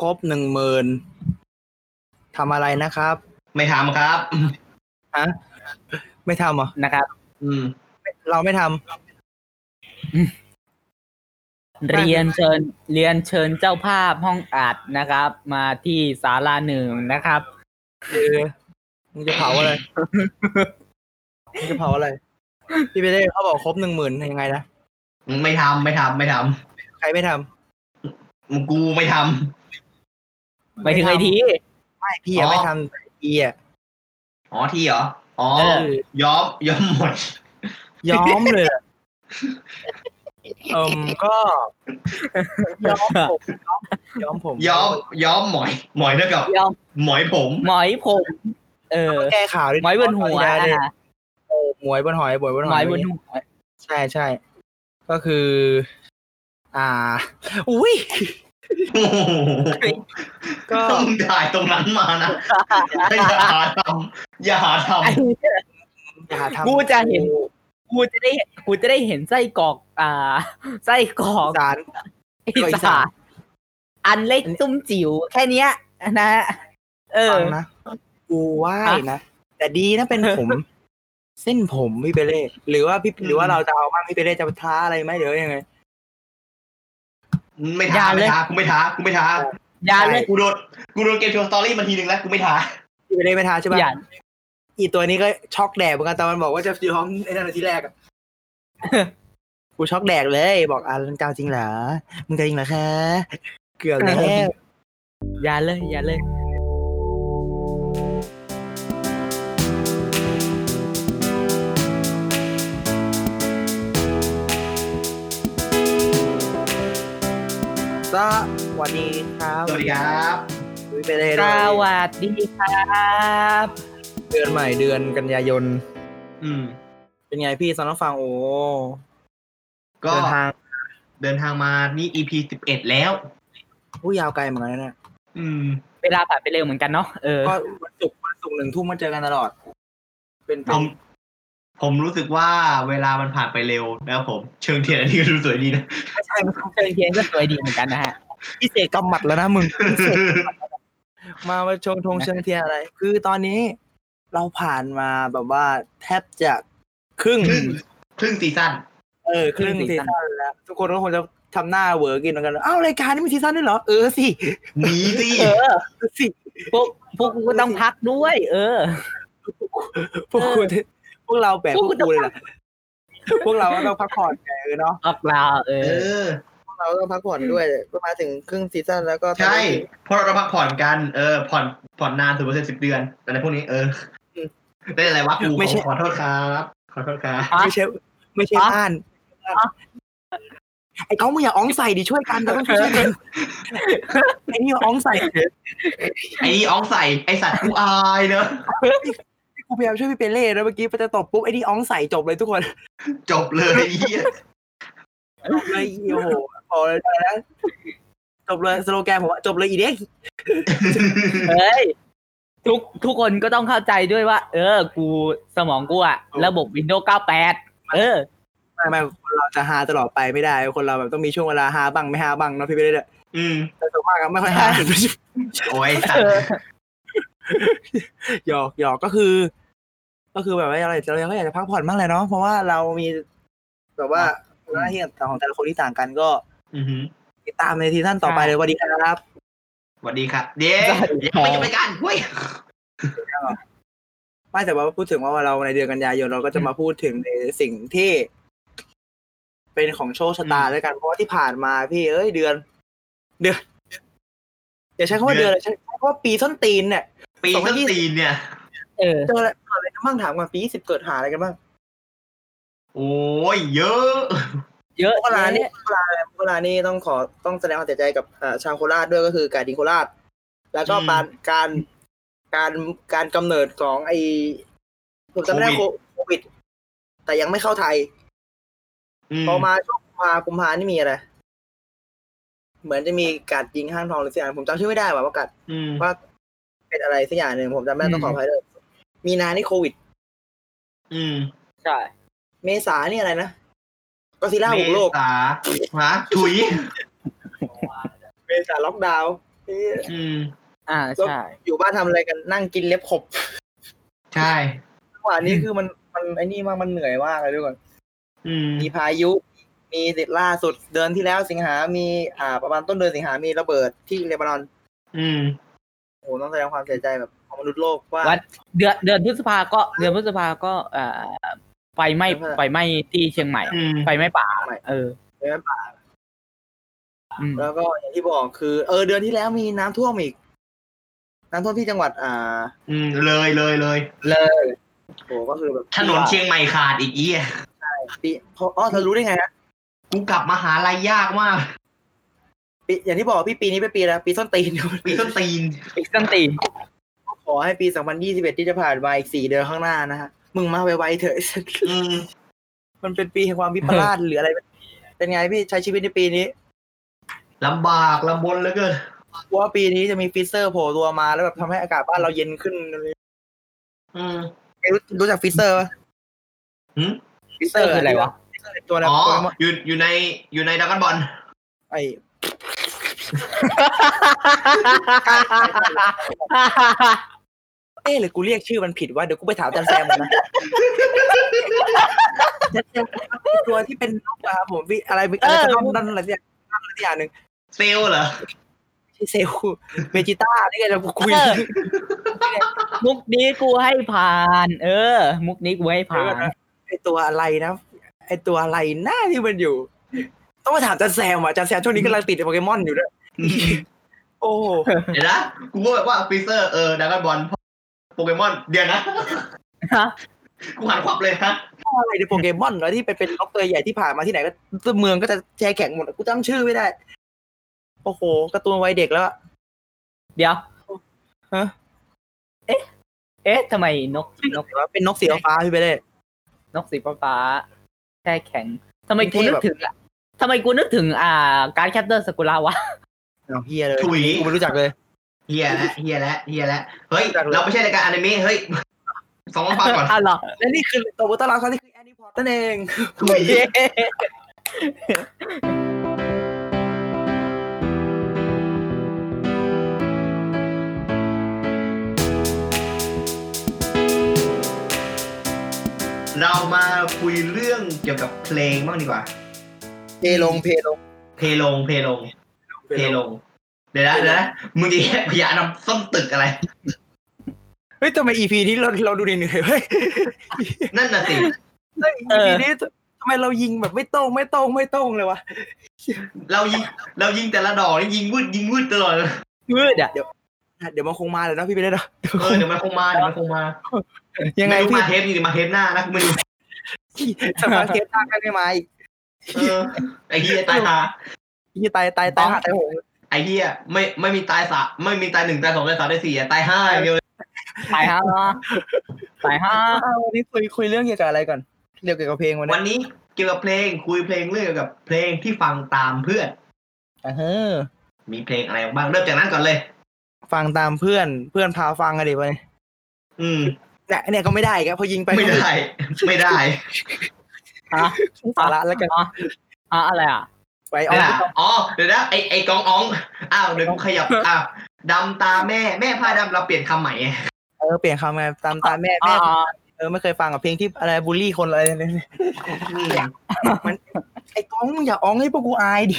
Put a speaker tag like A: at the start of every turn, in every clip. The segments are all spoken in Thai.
A: ครบหนึ่งหมื่นทำอะไรนะครับ
B: ไม่ทำครับ
A: ไม่ทำเหรอ
C: นะครับ
B: อืม
A: เราไม่ท
C: เรียนเชิญเรียนเชิญเจ้าภาพห้องอัดนะครับ มาที่ศาลาหนึ่งนะครับ
A: ำคือมึงจะเผา อะไร มึงจะเผาอะไร พี่ไปได้เขาบอกครบหนึ่งหมื่นยังไงนะ
B: ไม่ทำไม่ทำไม่ท
A: ใครไม่ท
B: ำมึงกูไม่ท
A: ำ
C: ไปถึงไอ
A: ม่ทำ
C: ที
A: ไม่พี่อะไม่ทำพี่อะ
B: ำอ๋อที่เหรอ อ๋อ
C: เออ
B: ย้อมย้อมหมด
A: ย้อมเลยอะเอิมก็ ย้อมผมย้อมผม
B: ย้อมย้อมหมอย หมอยเท่ากับ
C: ยอม
B: หมอยผม
C: หมอยผม เออ
A: แก้ข่าวดิ
C: หมอยบนหัว
A: ได้ดิ
C: อ่ะ
A: โอ้หมวยบนหอยหมวยบนหอย
C: หมอยบนหัว
A: ใช่ใช่ก็คือ อ่า อุ้ย
B: โอ้โห
A: ก็
B: ต้องถ่ายตรงนั้นมานะอย่าหาทำอย่าหาท
C: ไอ้เหี้ย
A: อย่าทำ
C: กูจะเห็น กูจะได้กูจะได้เห็นไส้กรอก อ่า ไส้กรอก
A: สาร
C: อีสานอันเล็กตุ้มจิ๋วแค่เนี้ยนะเออ
A: ฟังนะกูว่า
C: อ่ะ
A: นะ แต่ดีนะเป็นผม เส้นผมพี่เปเล่หรือว่าพี่หรือว่าเราจะเอาบ้างพี่เปเล่จะท้าอะไรไหมเดี๋ยวยังไง
B: ำไม่
C: อย่า
B: ท้า
C: เล
B: ไม่
C: ย
B: ท้ากูไม่ท้ากูไม่ท้า
C: อย่าเลย
B: กูโดนกูโดนเกมโชว์สตอรี่มาทีนึงแล้วกูไม่ท้า
A: พี่เปเล่ไม่ท้าใช่ปะ
C: อย่า
A: อีตัวนี้ก็ช็อกแดกเหมือนกันแต่มันบอกว่าจะยอมไอ้นั่นนะที่แรก อะกูช็อกแดกเลย บอกอ่ะมึงจะเอาจริงเหรอมึงจะเอาจริงเหรอคะเกือบแล้ว
C: อย่าเลยอย่าเลย
A: สวัสดีครับ
B: สวัสดีครับ
A: พี่เปเล่
C: ส
A: ด้วย
C: วัสดีครับ
A: เดือนใหม่เดือนกันยายน
B: อืม
A: เป็นไงพี่สอนน้องฟังโอ้
B: ก็
A: เดินทาง
B: เดินทางมานี่ EP สิบเอ็ดแล้ว
A: ผู้ยาวไกลเหมือนกันนะเนี่ย
B: อืม
C: เวลาผ่านไปเร็วเหมือนกันเนาะเออ
A: ก็วันศุกร์วันศุกร์หนึ่งทุ่มมาเจอกันตลอด เป็น
B: ผม ผมรู้สึกว่าเวลามันผ่านไปเร็วแล้วผม เชิงเทียนอันนี้ก็ดูสวยดีนะ
A: ไม่ใช่
C: เชิญเทียนก็สวยดีเหมือนกันนะฮะ
A: พิเศษกำหมัดแล้วนะมึง มามาชงทงเชิงเทียนอะไร คือตอนนี้เราผ่านมาแบบว่าแทบจะครึ่ง
B: ครึ่ง ครึ่งซีซั่น
A: เออครึ่งซีซั่นแล้ว ทุกคนก็คงจะทำหน้าเหวอกินเหมือนกันอ้าวรายการนี้มีซีซั่นด้วยเหรอ เออ สิ
B: หนีสิ
C: เออ
A: เออสิ
C: พวกพวกกูก็ต้องพักด้วย เออ
A: พวกคุณพวกเราแบบพ
C: พ
A: ว
C: ว
A: ก
C: กคุณ
A: กูเลยเหรอพวกเราก็ต้องพักผ่อนไงเออเนาะ
C: ออกลาเอ
B: เออ
C: อ
A: พวกเราก็ต้องพักผ่อนด้วยก็มาถึงครึ่งซีซั่นแล้วก็
B: ใช่เพราะเราพักผ่อนกัน เออ ผ่อน ผ่อนนานถึงเปอร์เซ็นต์สิบเดือน แต่ในพวกนี้ เออได้อะไรวะกูขอขอโทษครับ ขอโทษครับ
A: ไม่ใช่ไม่ใช่
C: อ่ะ
A: บ้าน ไอ้เขามึงอย่าอ้องใส่ดิช่วยกันเราต้องช่วยกันไอ้นี่อ้องใส่
B: ไอ้นี่อ้องใส่ ไอสัตว์กูอายเนอะ
A: กูพยายามช่วยพี่เปเล่แล้วเมื่อกี้พอจะตบปุ๊บไอ้นี่อ้องใส่จบเลยทุกคน
B: จบเลยไอ้เหี้ย
A: จบเลยโอ้โหพอเลยนะจบเลยสโลแกนผมว่าจบเลยอีเด็ก
C: เอ้ยทุกทุกคนก็ต้องเข้าใจด้วยว่า เออ กูสมองกูอะระบบ Windows 98 เออ
A: ไม่ไม่คนเราจะฮาตลอดไปไม่ได้ คนเราแบบต้องมีช่วงเวลาฮาบ้างไม่ฮาบ้างเนาะพี่เปเล่เนี่ย
B: อืม
A: แต่ส่วนมากอะไม่ค่อยฮา
B: โอ้ยไอ้สัตว์
A: หยอกหยอกก็คือ ก็คือแบบว่าอะไรเราก็อยากจะพักผ่อนบ้างแหละเนาะเพราะว่าเรามีแบบว่าหน้าที่ต่างของแต่ละคนที่ต่างกันก็
B: อือหือ
A: ติดตามในซีซั่นต่อไป
C: ใช่
A: เลยสวัสดีครับ
B: สวัสดีครับ เดี๋ยวยังไม่ยังไม่กันเว้ย
A: ไม่แต่ว่าพูดถึงว่าเราในเดือนกันยายนเราก็จะมาพูดถึงในสิ่งที่ เป็นของโชคชะตา
B: อืม
A: ด้วยกันเพราะว่าที่ผ่านมาพี่เอ้ยเดือน เดือนอย่าใช้คำว่าเดือนเลยใช้คำว่าปีส้นตีนเนี่ย
B: ปีต้นตีนเนี่ย
C: เออ
A: เจออะไรเกิดอะไรกันบ้างถามก่อนปีสิบเกิดหาอะไรกันบ้าง
B: โอ้ยเยอะ
C: เยอะ
A: มกรานี่
C: แยะ
A: มกราเนี่ยมกรานี่ต้องขอต้องแสดงความเสียใจกับอ่าชาวโคราชด้วยก็คือการดิงโคราช แล้วก็
B: อืม
A: การการการการกำเนิดของไอผมจำไม่ได้
B: โควิ
A: โค
B: ด
A: โควิด แต่ยังไม่เข้าไทย
B: อืม
A: พอมาช่วงกุมภากุมภานี่มีอะไร เหมือนจะมีการยิงห้างทองหรือสักอย่างผมจำชื่อไม่ได้ว่าประกาศ
B: อืม
A: ว่าเป็นอะไรสักอย่างหนึ่งผมจำไม่ได้ต้องขออภัยเลยมีนานี่โควิด
B: อืม
C: ใช่
A: เมษานี่อะไรนะก็ซีล่าบุกโลก
B: เมษาฮะถุย
A: เมษาล็อกดาวน์เอ๊ะ
B: อืม
C: อ่าใช่
A: อยู่บ้านทำอะไรกันนั่งกินเล็บขบ
B: ใช่
A: จังหวะนี้คือมันมันไอ้นี่มากมันเหนื่อยมากเลยทุกคน
B: อืม
A: มีพายุ มีติดล่าสุดเดือนที่แล้วสิงหา มีอ่าประมาณต้นเดือนสิงหา มีระเบิดที่เลบานอน
B: อืม
A: โอ้โหต้องแสดงความเสียใจแบบของมนุษย์โลกว่า
C: วัด เดือนเดือนพฤษภาก็เดือนพฤษภาก็เอ่อไฟไหม้
A: เดือนพฤษภา
C: ไฟไหม้ที่เชียงใหม่อะ
B: อืม
C: ไฟไหม้ป่า เออ
A: ไฟไหม้ป่า
C: อืม
A: แล้วก็อย่างที่บอกคือ เออเดือนที่แล้วมีน้ำท่วมอีก น้ำท่วมที่จังหวัด อ่า
B: อืม เลยเลยเลย
A: เลยโอ้โหก็คือแบบ
B: ถนนเชียงใหม่ขาดอีกอีย
A: ปีเพราะอ๋อเธอรู้ได้ไงนะ
B: กูกลับมาหาลัยยากมาก
A: ปีอย่างที่บอกพี่ปีนี้เป็นปีอะไรปีส้นตีน
B: ปีต้นตีน
C: อีกสันตีน
A: ขอให้ปี 2021 ที่จะผ่านมาอีกสี่เดือนข้างหน้านะฮะ มึงมาไวๆเถอะ
B: อืม
A: มันเป็นปีแห่งความวิปลาสหรืออะไร เป็นไงพี่ใช้ชีวิตในปีนี้
B: ลำบากลำบนเหลือเกิน
A: กลัวว่าปีนี้จะมีฟรีเซอร์โผล่ตัวมาแล้วแบบทำให้อากาศบ้านเราเย็นขึ้น
B: อืม
A: ไม่รู้รู้จักฟรีเซอร์ปะ
B: หืม
A: ฟรีเซ
C: เต
A: อ
C: อ
A: ร์
C: ร์คืออะไรวะ
A: ฟรีเซอร์ตัวนั้น
B: อ๋อ
A: ตัวนั้น
B: อยู่อยู่ในอยู่ในดักกันบอล
A: ไอ้ เอ๊ะหรือกูเรียกชื่อมันผิดวะเดี๋ยวกูไปถามอาจันแซมก่อน นะตัวที่เป็นนกอะครับผมพี่อะไรอะไรจะต้องนั่นอะไรสักอย่างนั่นอะไรสักอย่างหนึ่ง
B: เซลลเหรอ
A: ที่เซลล เวจิต้านี่ไงเราคุย
C: เออ มุกนี้กูให้ผ่าน เออ มุกนี้กูให้ผ่าน
A: ไอตัวอะไรนะไอตัวอะไรหน้าที่มันอยู่ ต้องมาถามอาจันแซมอ่ะอาจันแซมช่วงนี้กำลังติดโปเกมอนอยู่ด้วยโอ้โห
B: เดี๋ยวนะ กูก็แบบว่าปีเซอร์เออดักกันบอลโปเกมอน เดี๋ยวนะ
C: ฮะ
B: กูหันควับเลยฮะ
A: อะไรในโปเกมอนเนาะที่เป็นเป็นล็อกตัวใหญ่ที่ผ่านมาที่ไหนก็เมืองก็จะแชร์แข่งหมดกูจำชื่อไม่ได้ โอ้โหการ์ตูนวัยเด็กแล้วอะ
C: เดี๋ยว
A: ฮะ
C: เอ๊ะ เอ๊ะทำไมนกนก
A: เป็นนกสีฟ้าพี่ไปเลย
C: นกสีฟ้าๆแช่แข็งทำไมกู
A: เท่
C: นึก
A: แบบ
C: ถึงอะทำไมกูนึกถึง อ่า การแคปเตอร์สกุลาวะ
A: เอาเฮียเลย
B: ถุย
A: กูไม่รู้จักเลย
B: เฮียแล้วเฮียแล้วเฮียแล้วเฮ้ย
A: จากเลย
B: เราไม่ใช่รายการอนิเมะเฮ้ยสองฟังก่อน
C: อ้าวเหรอ
A: และนี่คือตัวตลาดเขานี่คือแอนนี่พอตนั่นเอง
B: ถุย
C: เย้
B: เรามาคุยเรื่องเกี่ยวกับเพลงบ้างดีกว่า
A: เพลงเพลง
B: เพลงเพลงเพลงเดี๋ยวนะเดี๋ยวนะมึงจะแยกพยานำส้มตึกอะไร
A: เฮ้ยทำไมอีพีนี้เราเราดูเหนื่อยๆเฮ้ย
B: นั่นน่ะสิ
A: อีพีนี้ทำไมเรายิงแบบไม่ตรงไม่ตรงไม่ตรงเลยวะ
B: เรายิงเรายิงแต่ละดอกนี่ยิงวืดยิงวืดตลอดเลย
C: มืดอะ
A: เดี๋ยวมันคงมาแหล้วนาะพี่ไปเล่นเนาะ
B: เอ อเดี๋ยวมันคงมาเดี๋ยวมันคงมา
A: ยังไง
B: ม่รู้
A: พี่
B: มาเทปนี้หรือมาเทปหน้านะกูไม่รู้
A: สภาเทปตากันไม่มาอีก
B: เออไอ้เฮียตายหา
A: พี่ตายตายตายหาตายโหง
B: ไอ้เฮียไม่ไม่มีตายสะไม่มีตายหนึ่งตายสองตายสามตายสี่อะตายห้าอย่างเดียวเลย
C: ตายห้าตายห้า
A: อ่าวันนี้คุยคุยเรื่องเกี่ยวกับอะไรก่อนเรื่องเกี่ยวกับเพลงวัน
B: วัน
A: นี้
B: นี้เกี่ยวกับเพลงคุยเพลงเรื่องเกี่ยวกับเพลงที่ฟังตามเพื่อน
A: อ่าฮะ
B: มีเพลงอะไรบ้างเริ่มจากนั้นก่อนเลย
A: ฟังตามเพื่อนเพื่อนพาฟังกันดิไป
B: อืม
A: เนี่ยเนี่ยก็ไม่ได้อีกครับพอยิงไป
B: ไม่ได้ ไม่ได้
C: ฮะ
A: สาระแล้วกัน
C: อ๋ออ๋ออะไรอ่ะ
A: ไปอ
B: เดี๋
A: อ
B: ยว
A: ก
B: นะอ๋อ เดี๋ยวนะไอไอกองออง อ้าวเดี๋ยวกูขยับ อ้าวดำตาแม่แม่ผ้าดำเราเปลี่ยนคำใหม่ไง
A: เออเปลี่ยนคำมาตามตามแม่
C: อ๋
A: แม่
C: ออ๋อ
A: เออไม่เคยฟังกับเพลงที่อะไรบูลลี่คนอะไรเนี่ย
B: อืม
A: ไอ้ก้องมึงอย่าอ้องให้พวกกูอายดิ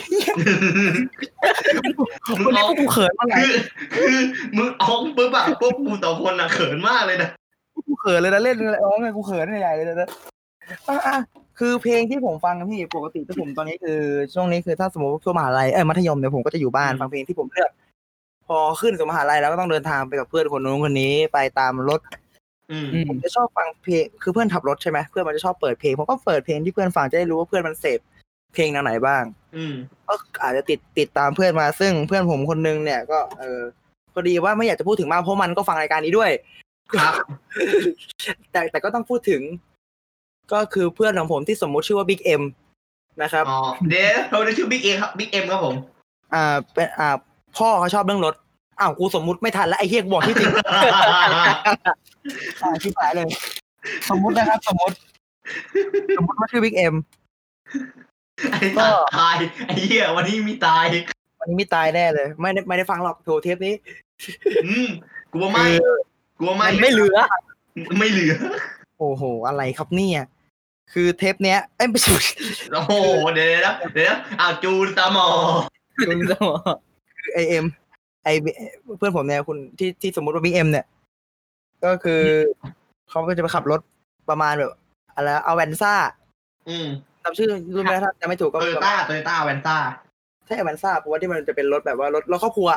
B: มึ
A: วัน
B: ง
A: นี้
B: เอา
A: พวกกูเขินมากเลย
B: คือคือมึงอองปุ๊บอะพวกกูสองคนอะเขินมากเลยนะ
A: กูเขินเลยนะเล่นอะไรอ๋อไงกูเขินใหญ่เลยนะอ่ะอ่ะคือเพลงที่ผมฟังนะพี่ปกติที่ผมตอนนี้คือ ช่วงนี้คือถ้าสมมติว่าช่วงมหาลัยเอ้ยมัธยมเนี่ยผมก็จะอยู่บ้าน
B: อืม
A: ฟังเพลงที่ผมเลือกพอขึ้นสู่มหาลัยแล้วก็ต้องเดินทางไปกับเพื่อนคนนู้นคนนี้ไปตามรถ
B: อืม
C: อืม
A: จะชอบฟังเพลงคือเพื่อนขับรถใช่ไหมเพื่อนมันจะชอบเปิดเพลงผมก็เปิดเพลงที่เพื่อนฟังจะได้รู้ว่าเพื่อนมันเสพ เพลงแนวไหนบ้าง
B: อืม
A: ก็อาจจะติดติดตามเพื่อนมาซึ่งเพื่อนผมคนนึงเนี่ยก็เออพอดีว่าไม่อยากจะพูดถึงมากเพราะมันก็ฟังรายการนี้ด้วย
B: ครับ
A: แต่แต่ก็ต้องพูดถึง ก็คือเพื่อนของผมที่สมมุติชื่อว่าบิ๊กเอ็มนะครับ
B: อ๋อเดี๋ยวเราจะชื่อบิ๊กเอครับบิ๊กเอ็มครับผม
A: อ่าเป็นอ่า พ่อเขาชอบเรื่องรถอ้าวกูสมมุติไม่ทันแล้วไอ้เฮียกูบอกที่อจริ ง อ่าที่หายเลย สมมุตินะครับ สมมติ สมมติว่าชื่อบิ๊กเอ็ม
B: ไอ้สัตว์ตายไอ้เหี้ยวันนี้มีตาย
A: วันนี้ไม่ตายแน่เลย ไม่ได้ไม่ได้ฟังหรอกโถเทปนี้
B: อืมกลัวไม่กลัวไม่
C: มันไม่เหลือ
B: ไม่เหลือ
A: โอ้โห อะไรครับเนี่ย คือเทปเนี้ยเอ้ยไม่ใช่
B: โอ้โหเดี๋ยวนะเดี๋ยวนะอ้าวจูนตามอ
C: คุณสมอง
A: คือไอเอ็มไอเพื่อนผมเนี่ยคุณที่ที่สมมติว่าบิ๊กเอ็มเนี่ย ก็คือเขาก็จะไปขับรถประมาณแบบอะไรเอาแวนซ่า
B: อืม
A: จำชื่อรุ่นไม่ได้ถ้าจำไม่ถูก
B: โต
A: ก็
B: โยต้าโตโยต้าแวนต้า
A: ใช่แวนซ่าเพราะว่าที่มันจะเป็นรถแบบว่ารถรถครอบครัว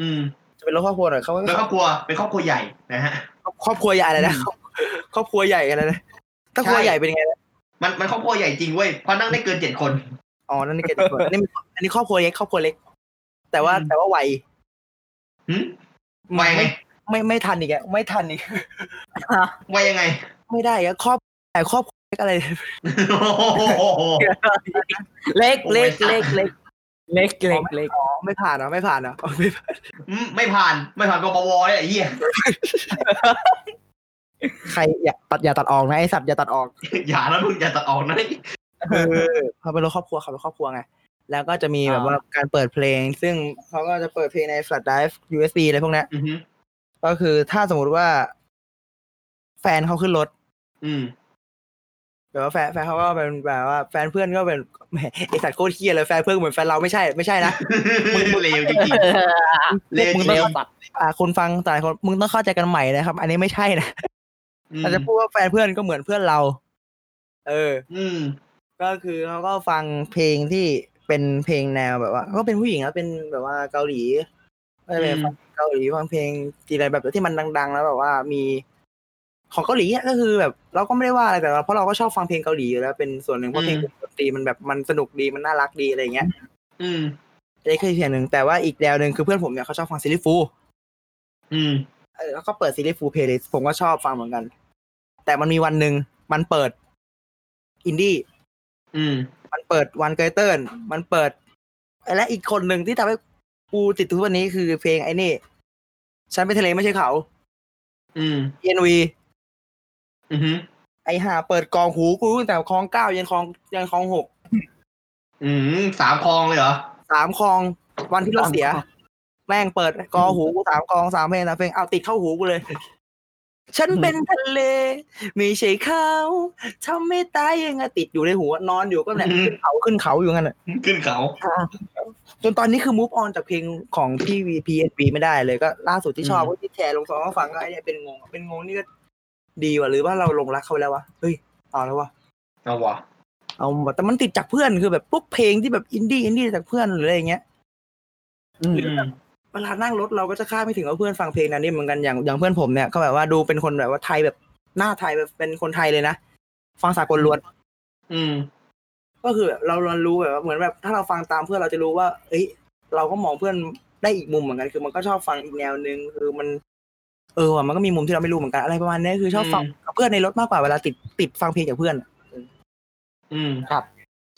B: อืม
A: จะเป็นรถครอบครัวหน่อยเขาก็
B: เป็นครอบครัวเป็นครอบครัวใหญ่นะฮะ
A: ครอบครัวใหญ่อะไร นะครอบครัวใหญ่อะไรนะถ้า
B: ใช่
A: ครัวใหญ่เป็นยังไงนะ
B: มันมันครอบครัวใหญ่จริงเว้ยเพราะนั่งได้เกินเจ็ดคน
A: อ๋อนั่นนี่เกิดอีกคนอันนี้อันนี้ครอบครัวเล็กครอบครัวเล็ก แต่ว่า
B: อืม
A: แต่ว่าไว
B: หึวายังไง
A: ไม่ไม่ทันอีกอะไม่ทันอีก
B: วายัง ไง
A: ไม่ได้อะครอบแต่ครอบครัวเล็กอะไร
B: โอ้โห
C: เล็กเล็กเล็กเล็กเล็กเล็กเล็ก
A: อ๋อไม่ผ่านเหรอไม่ผ่านเหรออ๋อไม่ผ่าน
B: อืมไม่ผ่านไม่ผ่านกปวเลยไอ้เหี้ย
A: ใครอย่าตัดอย่าตัดออกนะไอสัตว์อย่าตัดออก
B: อย่าแล้วมึงอย่าตัดออกนะ
A: เออเขาเป็นรถครอบครัวเขาเป็นครอบครัวไงแล้วก็จะมีแบบว่าการเปิดเพลง ซึ่งเขาก็จะเปิดเพลงใน flash drive USB อะไรพวกเนี้ย
B: อือหือ
A: ก็คือถ้าสมมติว่า แฟนเขาขึ้นรถ
B: อื ม
A: แบบว่าแฟนแฟนเขาก็เป็นแบบว่าแฟนเพื่อนก็เป็น แหมไอสัตว์โคตรเคียเลยแฟนเพื่อนเหมือนแฟนเราไม่ใช่ไม่ใช่นะ
B: เลวจริงๆเลวจ
C: มึ
B: ริง
C: ง
B: เล
C: ต้อ
B: ว
C: งตัด
A: อ่าคนฟังแต่ละคนมึงต้องเข้าใจกันใหม่นะครับ อันนี้ไม่ใช่นะ
B: อืม
A: เราจะพูดว่าแฟนเพื่อนก็เหมือนเพื่อนเรา เออ
B: อืม
A: ก็คือเขาก็ฟังเพลงที่เป็นเพลงแนวแบบว่า ก็เป็นผู้หญิงแล้วเป็นแบบว่าเกาหลีก็จะเป็นฟังเกาหลีฟังเพลงจีนอะไรแบบที่มันดัง ๆ แล้วแบบว่ามีของเกาหลีอะก็คือแบบเราก็ไม่ได้ว่าอะไรแต่เราเพราะเราก็ชอบฟังเพลงเกาหลีอยู่แล้วเป็นส่วนหนึ่งเพราะเพลงดนตรีมันแบบมันสนุกดีมันน่ารักดีอะไรอย่างเงี้ย
B: อืม
A: อันนี้คืออีกแนวหนึ่งแต่ว่าอีกแนวหนึ่งคือเพื่อนผมเนี่ยเขาชอบฟังซีรีส์ฟูล
B: อืม
A: เออแล้วก็เปิดซีรีส์ฟูลเพลย์ลิสต์ผมก็ชอบฟังเหมือนกัน แต่มันมีวันหนึ่งมันเปิดอินดี้
B: อืม
A: มันเปิดวันเกยเติร์มันเปิด และอีกคนหนึ่งที่ทำให้กูติดทุกวันนี้คือเพลงไอ้นี่ฉันเป็นทะเลไม่ใช่เขา
B: อืม
A: เอ็นวี
B: อือหือ
A: ไอห่าเปิดกองหูกูตั้งแต่คลองเก้ายันคลองยันคลองหก
B: อืมสามคลองเลยเหรอ
A: สามคลองวันที่เราเสีย แม่งเปิดกองหูกูสามกองสามเพลงสามเพลงเอาติดเข้าหูกูเลย ฉันเป็นทะเลไม่ใช่เขาทำไม่ตายยังไงติดอยู่ในหัวนอนอยู่ก็เนี่ยขึ้นเขาขึ้นเขาอยู่งั้นน่ะ
B: ขึ้นเขา
A: จนตอนนี้คือ move on จากเพลงของพี่ VPSB ไม่ได้เลยก็ล่าสุดที่ชอบก็ที่แชร์ลงสองฟังก็ไอ้เนี่ยเป็นงงเป็นงงนี่ก็ดีว่ะหรือว่าเราหลงรักเขาไปแล้ววะเฮ้ยเอาแล้ววะ
B: เอาวะ
A: เอาหมดแต่มันติดจากเพื่อนคือแบบพวกเพลงที่แบบอินดี้อินดี้จากเพื่อนหรืออะไรอย่างเงี้ย
B: อืม
A: เวลานั่งรถเราก็จะคาดไม่ถึงว่าเพื่อนฟังเพลงนั้นนี่เหมือนกันอย่างอย่างเพื่อนผมเนี่ยเขาแบบว่าดูเป็นคนแบบว่าไทยแบบหน้าไทยแบบเป็นคนไทยเลยนะฟังสากลล้วน
B: อืม
A: ก็คือแบบเราเรารู้แบบว่าเหมือนแบบถ้าเราฟังตามเพื่อนเราจะรู้ว่า เอ้ย เราก็มองเพื่อนได้อีกมุมเหมือนกัน คือมันก็ชอบฟังอีกแนวนึงคือมัน เออว่ะมันก็มีมุมที่เราไม่รู้เหมือนกันอะไรประมาณนี้คือชอบฟังกับเพื่อนในรถมากกว่าเวลาติดติดฟังเพลงจากเพื่อน
B: อืม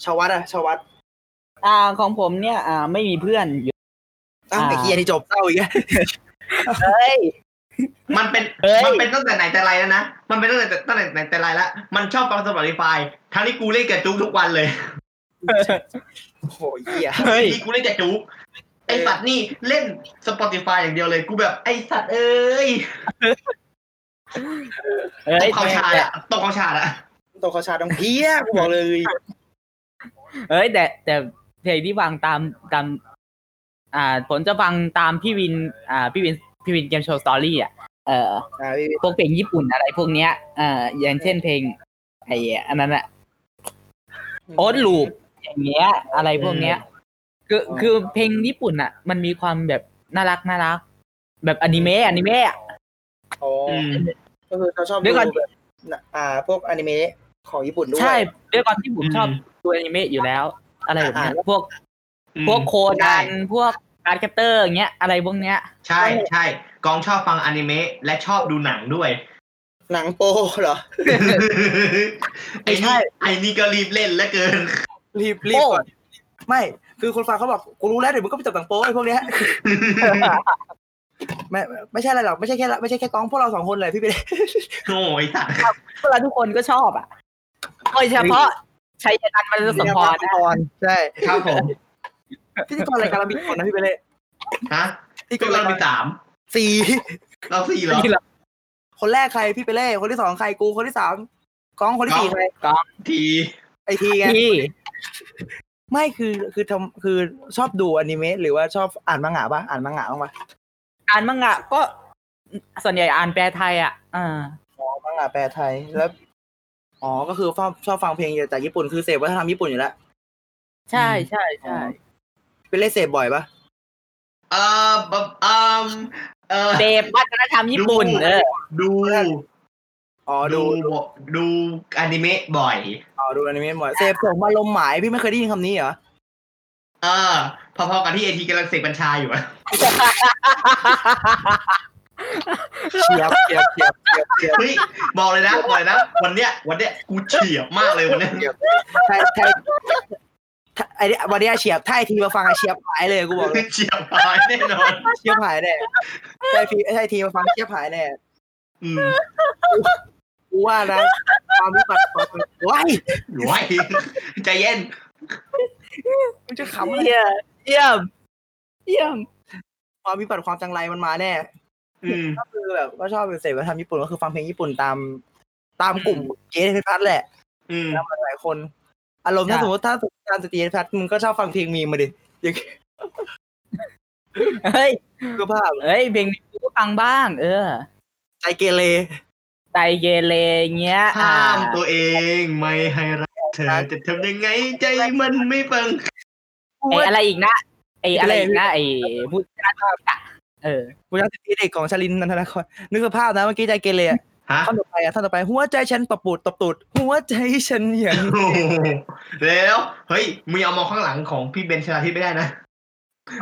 A: ชาววัดอะชาววัด
C: อ่าของผมเนี่ย อ่า ไม่มีเพื่อนอยู่
A: อ้าว
C: อ่า
A: ไอ้เคียนี่จบเศร้าอีกแล้ว
C: เฮ้ย
B: มันเป็น
C: เฮ้ย
B: มันเป็นตั้งแต่ไหนแต่ไรแล้วนะมันเป็นตั้งแต่ตั้งแต่ไหนแต่ไรแล้วมันชอบฟังสปอติฟายทั้งที่กูเล่นกับจุ๊กทุกวันเลย
A: โอ้โหเหี้ย
C: เฮ้ย
B: ที่กูเล่นกับจุ๊กไอสัตว์นี่เล่นสปอติฟายอย่างเดียวเลยกูแบบไอสัตว์เอ้ย
C: เฮ้
B: ต
C: ย
B: กเขาชาดอะตกเขาชาดอะ
A: ตัวเขาชาดองเพี้ยกูบอกเลย
C: เฮ้ย แต่แต่เพลงที่ฟังตามตาม อ่า ผมจะฟังตามพี่วิน อ่า พี่วิน พี่วินเกมโชว์สตอรี่อ่ะ เออ
A: อ่าพี่
C: พวกเพลงญี่ปุ่นอะไรพวกเนี้ย เอ่อ อย่างเช่นเพลงไอ้อันนั้นอะโอ๊ตลูปอย่างเงี้ย อะไรพวกเนี้ย คือ
A: อ๋อ
C: คือเพลงญี่ปุ่นอะมันมีความแบบน่ารักน่ารัก แบบอนิเมะอนิเมะอะ
A: อ๋ออ
B: ม
A: ก็คือเขาชอบ
C: เดี๋ยวก่อน
A: แบบน่ะอ่า พวกอนิเมะของญี่ปุ่นด้วย
C: ใช่ ด้วยความที่ผมชอบ
B: ม
C: ดูอนิเมะอยู่แล้ว อะไรแบบเนี้ย
A: อ่า
C: พวก
B: อืม
C: พวกโค
B: ใช่
C: ดันพวกการแคปเตอร์อย่างเงี้ยอะไรพวกเนี้ย
B: ใช่ใช่กองชอบฟังอนิเมะและชอบดูหนังด้วย
A: หนังโป้เหรอ
B: ไอ้
A: ใช่
B: นี่ไอ้นี่ก็รีบเล่นเหลือเกิน
A: รีบรีบ
C: โป้
A: ก่อนไม่ คือคนฟังเขาบอกกูรู้แล้วเดี๋ยวมึงก็ไปจับหนังโป้ไอ้พวกเนี้ย ไม่ไม่ใช่อะไรหรอกไม่ใช่แค่ละไม่ใช่แค่กองพวกเราสองคนเลยพี่เป็น
B: โง่ไอ้สัตว์
C: พวกเราทุกคนก็ชอบอ่ะโดยเฉพาะชัยนันท์มันสมพรนะ
A: รใช่
B: ครับผม
A: พิธีกรรายการเรามีกี่คนนะพี่เปเล่
B: ฮะ
A: ที่
B: ก็
A: กร
B: เรา
A: เรา
B: มีสาม
A: สี่
B: เราสี่เหรอ
A: คนแรกใครพี่เปเล่คนที่สองใครกูคนที่สามกองคนที่สี่ใคร
B: ที
A: ไอทีไง
C: พี่
A: ไม่คือคือทำคือชอบดูอนิเมะหรือว่าชอบอ่านมังงะปะอ่านมังงะบ้างปะ
C: อ่านมังงะก็ส่วนใหญ่อ่านแปลไทยอ่ะอ่า
A: อ๋อมังงะแปลไทยแล้วอ๋อก็คือชอบชอบฟังเพลงจากญี่ปุ่นคือเสพวัฒนธรรมญี่ปุ่นอยู่แล้ว
C: ใช่ใช่ใช่
A: เปเล่เสพบ่อยปะ
B: เอ่อแบบเอ่อเอ่อ
C: เดบวัฒนธรรมญี่ปุ่น
B: ดู
C: เออ
B: ดู
A: อ๋อดู
B: ดูบ่ดูอนิเมะบ่อย
A: อ๋อดูอนิเมะบ่อยเสพส่งมาลมหมายพี่ไม่เคยได้ยินคำนี้เหรอ
B: เออ พอๆกับที่ไอทีกำลังเสกบัญชาอยู่อะ
A: เฉียบเฉียบเฉียบเฉียบเฉียบ
B: เฮ้ยบอกเลยนะบอกเลยนะ วันเนี้ย วันเนี้ยกูเฉียบมากเลยวันเนี้ย
A: ไทยไทยไอ้เนี่ยวันเนี้ยเฉียบไทยทีมาฟังอะเฉียบหายเลยกูบอกเลย
B: เฉียบตายแน่นอน
A: เฉียบหายแน่ไทยทีไทยทีมาฟังเฉียบหายแน่
B: อืม
A: กูว่านะความวิบัติของมันว้าย
B: ไว้ใจเย็น
A: มันจะขำอะไร
C: เยี่ยมเยี่ยมเยี่ยม
A: ความวิบัติความจังไรมันมาแน่
B: อืม
A: ก็คือแบบว่าชอบเสพวัฒนธรรมญี่ปุ่นก็คือฟังเพลงญี่ปุ่นตาม ตามกลุ่มเจนเพชรพัดแหละ
B: อืม
A: แล้วหลายคน อารมณ์ถ้าสมมติถ้าการสตรีเพชรพัดมึงก็ชอบฟังเพลงมีมมาดิอย่าง
C: เฮ้ย
A: คือภาพ
C: เฮ้ยเพลงนี้กูก็ฟังบ้าง เออ
A: ใจเกเร
C: ไตเยเลอย่างเงี้ยอ่า
B: ห้ามตัวเองไม่ให้รักเธอจะทำยังไงใจมันไม่ฟัง
C: ไออะไรอีกนะไออะไรอีกนะไอพูดจาอ่ะเออ
A: กูจะตีเด็กของชาลินนันทนาคอนนึกสภาพนะเมื่อกี้ใจเกเรอะ
B: ฮะ
A: ท่อนต่อไปอะท่อนต่อไป หัวใจฉันตบปูดตบตูด หัวใจฉันอย่าง
B: โอ้โหแล้วเฮ้ยมึงเอามองข้างหลังของพี่เบนชลาทิพไม่ได้นะ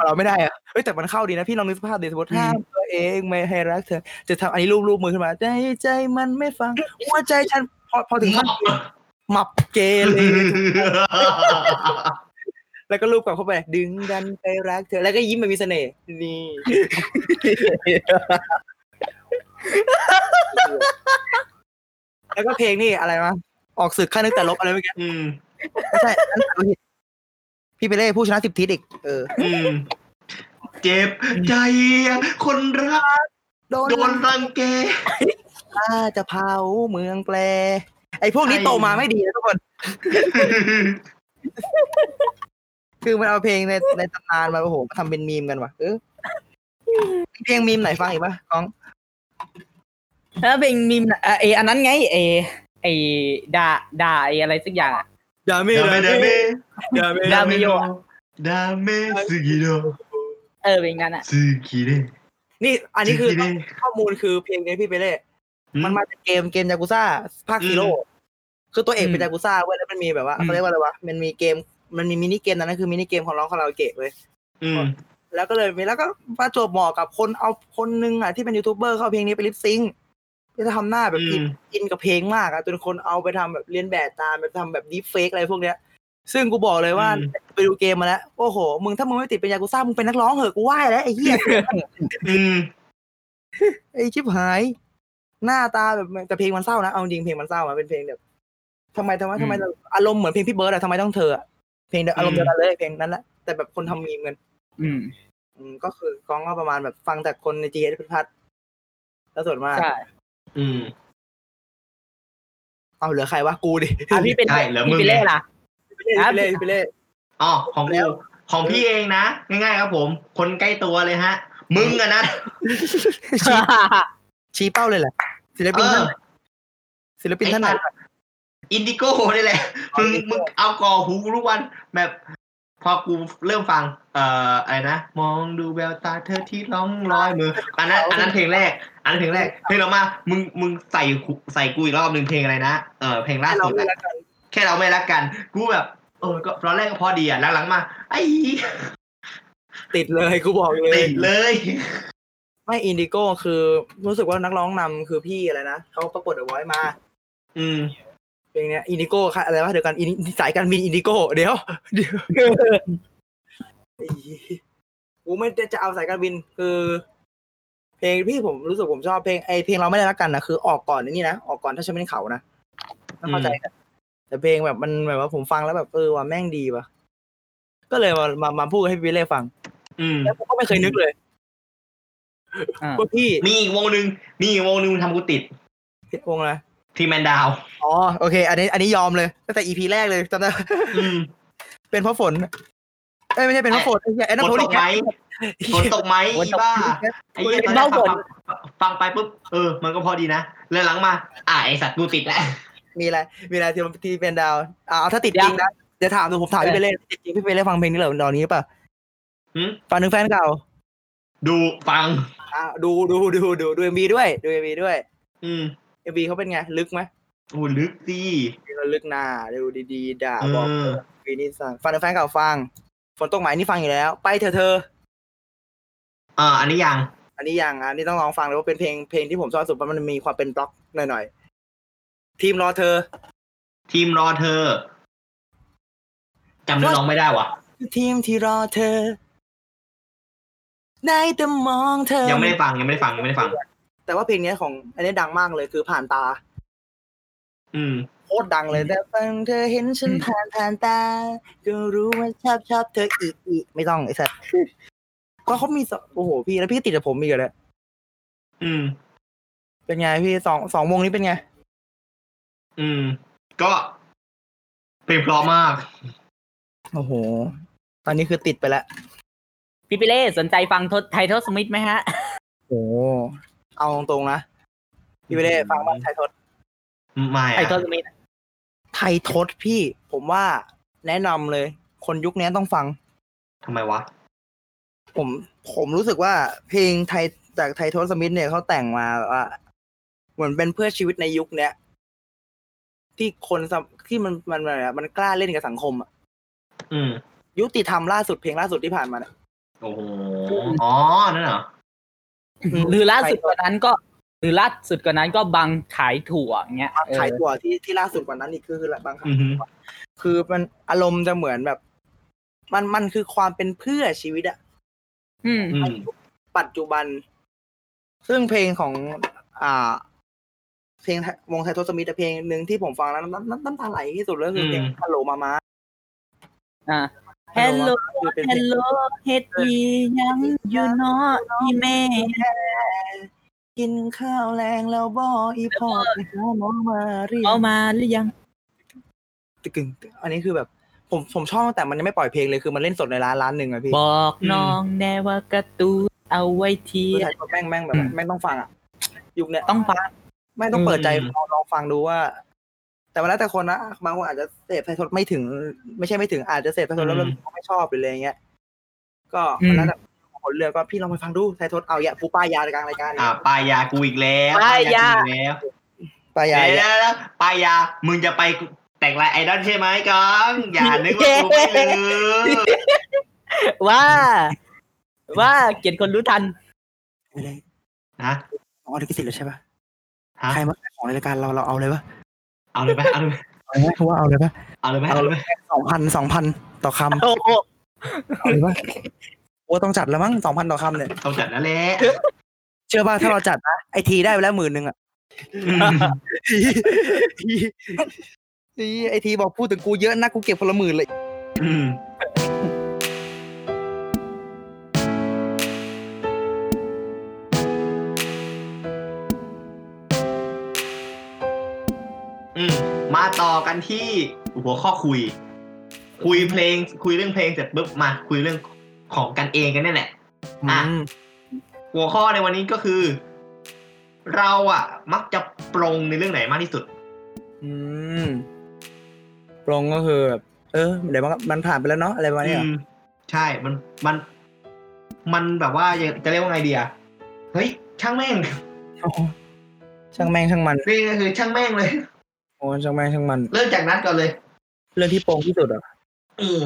A: เราไม่ได้อะเอ้ยแต่มันเข้าดีนะพี่ลองนึกสภาพดิสมมติ
B: อืม
A: ห้ามตัวเองไม่ให้รักเธอ จะทำอันนี้รูปรูปมือขึ้นมา ใจใจมันไม่ฟัง หัวใจฉันพอพอถึงขั้นหมับเกเรแล้วก็รูปกลับเข้าไป ดึงดันไปรักเธอ แล้วก็ยิ้มแบบมีเสน่ห์นี่ แล้วก็เพลงนี่อะไรวะออกศึกข้านึกแต่ลบอะไรเมื่อกี้
B: อืม
A: ไม่ใช่อันนั้นผิดพี่ไปเล่ผู้ชนะสิบทิศอีก เออ
B: อืมเจ็บใจ คนรัก
A: โดน
B: โดนรังแก
A: ล่าจะเผาเมืองแปล ไอ้พวกนี้
B: ใช่
A: โตมาไม่ดีนะทุกคน คือมันเอาเพลงในในตำนานมาโอ้โหมาทำเป็นมีมกันว่ะ เออมีเพลงมีมไหนฟังอีกปะกอง
C: ถ้าเป็นมีมน่ะเอ่อไออันนั้นไงเอไอดาดาไออะไรสักอย่างอะ
A: ดาเม
B: ดาเมดาเม
A: ดาเม
C: ดาเมโย
B: ดาเมสึกิโด
C: เออเป็นงั้นอ่ะ
B: สึกิเด
A: นี่ อันนี้คือ
B: สึกิเด
A: ข้อมูลคือเพลงนี้พี่ไปเล่
B: อื
A: มัน
B: ม
A: มาจากเกมเกมยากุซ่าภาคซีโร่ คือตัวเอกเป็นยากุซ่าเว้ยแล้วมันมีแบบว่า
B: อืม
A: เขาเรียกว่าอะไรวะ มันมีเกม มันมีมินิเกมตอนนั้นคือมินิเกมของร้องคาราโอเกะเว้ย
B: อืม
A: แล้วก็เลยมีแล้วก็ประจวบเหมาะกับคนเอาคนนึงอ่ะที่เป็นยูทูบเบอร์เข้าเพลงนี้ไปลิปซิงค์ก็จะทำหน้าแบบ
B: อื
A: อิน
B: ม
A: อินกับเพลงมากอ่ะจนคนเอาไปทำแบบเลียนแบบตามไปทำแบบดีเฟกอะไรพวกเนี้ย ซึ่งกูบอกเลยว่าไปดูเกมมาแล้วโอ้โห มึงถ้ามึงไม่ติดเป็นยากูซ่ามึงเป็นนักร้องเหอะกูไหว้แล้วไอ้เหี้ย
B: อืม
A: ไอ้ชิบหาย หน้าตาแบบแต่เพลงมันเศร้านะเอาจริงเพลงมันเศร้าอะเป็นเพลงแบบทำไมทำไมทำไมอารมณ์เหมือนเพลงพี่เบิร์ดอะทำไมต้องเธออะเพลงเดียวอารมณ์เดียวกันเลยเพลงนั้นแหละแต่แบบคนทำมีมกัน
C: อืม
A: อืมก็คือกองก็ประมาณแบบฟังจากคนในจีเอสพิพัฒน์แล้วส่วนมาก
C: ใช่
B: อืม
A: เอาเหลือใครวะกูดิ
C: อ่ะพี่เป็น
B: ใช่เหรอมึ
C: พี่
B: ง
C: เป็
B: ไง
C: นเล่ล่ะ
A: ไปเล่น
C: ครั
A: ไป
C: บ
A: เล่นไปเล่น
B: อ๋อของ
A: แล้
B: กู
A: ว
B: ของพี่เองนะ ง่ายๆครับผม คนใกล้ตัวเลยฮะ มึงอะนะ
A: ชี้เป้าเลยแหละศิลปินท่านไหนศิลปินท่านไหน
B: ไอ้สัตว์อินดิโก้นี่แหละ มึง
A: เอาอินดิโก้
B: มึงเอากอหูกูทุกวัน แบบ พอกูเริ่มฟัง เอ่ออะไรนะ มองดูแววตาเธอที่ร้องลอยมือ อันนั้นอันนั้นเพลงแรก อันนั้นเพลงแรก เพลงเรามา มึงมึงใส่กูใส่กูอีกรอบหนึ่งเพลงอะไรนะ เออเพลงล่า
A: ให้เรา
B: สุด
A: ไม่
B: อะ
A: รักกัน
B: แค่เราไม่รักกัน กูแบบ เออก็ตอนแรกก็พอดีอ่ะหลังๆมา ไอ้
A: ติดเลยกูบอกเลย
B: ติดเลย
A: ไม่อินดิโก้คือรู้สึกว่านักร้องนำคือพี่อะไรนะเขาประกวดเดอะไว้มา
B: อืม
A: เพลงเนี้ยอินดิโก้ค่ะอะไรวะเดี๋ยวกันอินสายการบินอินดิโก้เดี๋ยว เดี๋ยวไอ้เหี้ยกูไม่ได้จะเอาสายการบินคือ เพลงพี่ผมรู้สึกผมชอบเพลงไอเพลงเราไม่ได้รักกันนะคือออกก่อนไอ้นี่นะออกก่อนถ้าฉันไม่ได้เขานะไม่เข้าใจนะแต่เพลงแบบมันแบบว่าผมฟังแล้วแบบเออว่าแม่งดีป่ะก็เลยมามามาพูดให้พี่วิเล่ฟัง
B: อืม
A: แล้วผมก็ไม่เคยนึกเลย
C: อ่า
A: ว่าพี่
B: มีอีกวงหนึ่งมีอีกวงหนึ่งทำกูติด
A: เพชรวงอะไร
B: ทีแมนดาว
A: อ๋อโอเค อันนี้อันนี้ยอมเลยตั้งแต่อีพีแรกเลยจำได้
B: อืม
A: เป็นเพราะฝนเอ้ยไม่ใช่เป็นเพราะฝนไอ้เหี้ยไอ้นั่
B: ฝ
A: น
B: น
A: โพ
B: ต
A: ลิ
B: ก
A: แค
B: ไหม
A: ท
B: ฝนตกไหมอีบ้า ไอ้เหี้ยตอนแรก
C: เบ้า
B: ฟั
C: บ่
B: ง
C: น
B: ฟังไปปุ๊บเออ มันก็พอดีนะแล้วหลังมา อ่ะไอสัตว์กูติดแล้ว
A: มีอะไรมีอะไรที่ที่เป็นดาวอ่าเอาถ้าติดจริงนะเดี๋ยวถามดูผมถามพี่เปเล่ติดจริงพี่เปเล่ฟังเพลงนี้เหรอตอนนี้ป่ะ
B: หืม
A: ฟังถึงแฟนเก่า
B: ดูฟัง
A: อ่าดูดูดูดูดูเอ็มบีด้วยดูเอ็มบีด้วย
B: อืม
A: เอ็มบีเขาเป็นไงลึกไหม
B: โอ้ลึกสิ
A: เขาลึกหนาดูดีๆด่า
B: เอ
A: บอก
B: อ
A: ปีนี้สั่งฟังถึงแฟนเก่าฟัง ฝนตกไหมนี่ฟังอยู่แล้ว ไปเถอะเธอ
B: อ่าอันนี้ยัง
A: อันนี้ยังอันนี้ต้องลองฟังเลยว่าเป็นเพลงเพลงที่ผมชอบสุดเพราะมันมีความเป็นบล็อกหน่อยๆทีมรอเธอ
B: ทีมรอเธอจำเนื้อร้องไม่ได้วะ
A: ทีมที่รอเธอ ได้แต่มองเธอ
B: ยังไม่ได้ฟังยังไม่ได้ฟังยังไม่ได้ฟัง
A: แต่ว่าเพลงเนี้ยของ อันนี้ดังมากเลยคือผ่านตา
B: อืม
A: โคตรดังเลยแต่ฟังเธอเห็นฉันผ่านผ่านตา ก็รู้ว่าชอบชอบเธออีกอีกไม่ต้องไอ้สัตว์ ก็เขามีสโอ้โหพี่แล้วพี่ก็ติดกับผมอีกแล้ว
B: อืม
A: เป็นไงพี่สองสองวงนี้เป็นไง
B: อืม ก็เพลงเพราะมาก
A: โอ้โห ตอนนี้คือติดไปแล้ว
C: พี่ปิเล่สนใจฟังทศไททอสมิธไหมฮะ
A: โอ้โหเอาตรงๆนะพี่ไม่ได้ฟังบ้างไทยทศ
B: ไม่
C: ไททอ
B: อะ
C: สมิธ
A: ไทยทศพี่ ผมว่าแนะนำเลย คนยุคนี้ต้องฟัง
B: ทำไมวะ
A: ผมผมรู้สึกว่าเพลงไทยจากไททอสมิธเนี่ยเขาแต่งมาแบบว่า เหมือนเป็นเพื่อชีวิตในยุคเนี้ยที่คนสมที่มันมันมันมันกล้าเล่นกับสังคมอะ
B: อืม
A: ยุติธรรมล่าสุดเพลงล่าสุดที่ผ่านมาเนี่ย
B: โอ้โห อ๋อ นั่นเหรอ
C: หรือล่าสุดกว่านั้นก็ หรือล่าสุดกว่านั้นก็บังขายถั่วเงี้ย
A: ขายตัวที่ที่ล่าสุดกว่านั้นอีกคือคือบางครั้ง
B: อือหือ
A: คือมันอารมณ์จะเหมือนแบบ มันมันคือความเป็นเพื่อชีวิตอะ
C: อืม
B: อืม
A: ปัจจุบัน ซึ่งเพลงของ อ่า เพลงไทยวงไทยทศมิตรเพลงหนึ่งที่ผมฟังแล้วน้ำน้ำน้ำตาไหลที่สุดเลยคือเพลง
B: อืม
A: ฮัลโหลมามา
C: อ่า Hello
A: คือเป็นเพลง
C: Hello เฮ็ดอีหยังอยู่เนาะอีแม่
A: กินข้าวแรงแล้วบ่อีพ่อไปหาหมอมาเรีย
C: เอา
A: ก
C: มาหรือยัง
A: ตึกกึ่งตึกอันนี้คือแบบ ผมผมชอบตั้งแต่มันยังไม่ปล่อยเพลงเลยคือมันเล่นสดในร้านร้านหนึ่งอะพี่
C: บอกน้องแน่ว่าการะตูนเอาไว้เที
A: คือย ไท
C: วย
A: ทศแม่งแม่งแบบแม่งต้องฟังอะยุคเนี้ย
C: ต้องฟัง
A: ไม่ต้องเปิดใจ
B: อืม
A: ลองลองฟังดูว่า แต่มันแล้วแต่คนนะบางคนอาจจะเสพไพทดไม่ถึง ไม่ใช่ไม่ถึงอาจจะเสพไพทดแล้วแล้วไม่ชอบหรืออะไรเงี้ยก็
C: อืม
A: มันแล้วแต่คนเลือกก็พี่ลองไปฟังดูไททดเอาแยะผู้ป้ายยาในกลางรายการ
B: อ่าปลายยากูอีกแล้ว
C: ปลายยา
B: กูอีกแล้ว
A: ป้ายยา
B: เดี๋ยวแล้วปลายยา มึงจะไปแต่งลายไอดอลใช่ไหมกังอย่านึกว่ากูไม่รู้
C: ว่า ว่าเกียรติคนรู้ทัน
A: ไม่ได้
B: นะ
A: เอาลิขสิทธิ์เลยใช่ปะ
B: ฮะ
A: ใครมาขายของในรายการเราเราเอาเลยปะ
B: เอาเลยไหมเอาเลยไหม
A: เอาเลยไหมผมว่าเอาเลยปะ
B: เอาเลยไหมเอาเลยไหม
A: สองพันสองพันต่อคำ
C: โอ้โห
A: เอาเลยป ะว่าต้องจัดแล้วมั้งสองพันต่อคำเนี่ย
B: ต้องจัดแล้วแหละ
A: เชื่อป่ะถ้าเราจัดนะไอทีได้ไปแล้วหมื่นหนึ่งอะ
B: อืม
A: นี่ไอทีบอกพูดถึงกูเยอะนะกูเก็บคนละหมื่นเลย
B: อืมอืมมาต่อกันที่หัวข้อคุย คุยเพลง คุยเรื่องเพลงเสร็จปุ๊บมา คุยเรื่องของกันเองกันนี่แหละ อ่ะ หัวข้อในวันนี้ก็คือ เราอะมักจะปรงในเรื่องไหนมากที่สุด
A: อืมปรงก็คือแบบเออเดี๋ยวมันก็มันผ่านไปแล้วเนาะอะไรประมาณเนี้ยเหรอ
B: อืมใช่มันมัน มันแบบว่ายังจะเรียกว่าไงดีอะเฮ้ย ช่างแม่ง
A: โอ้โหช่างแม่งช่างมัน
B: นี่ก็คือช่างแม่งเลย
A: โอ้ช่างแม่งช่างมัน
B: เริ่มจากนัดก่อนเลย
A: เรื่องที่ปรงที่สุดอ่ะ
B: เออ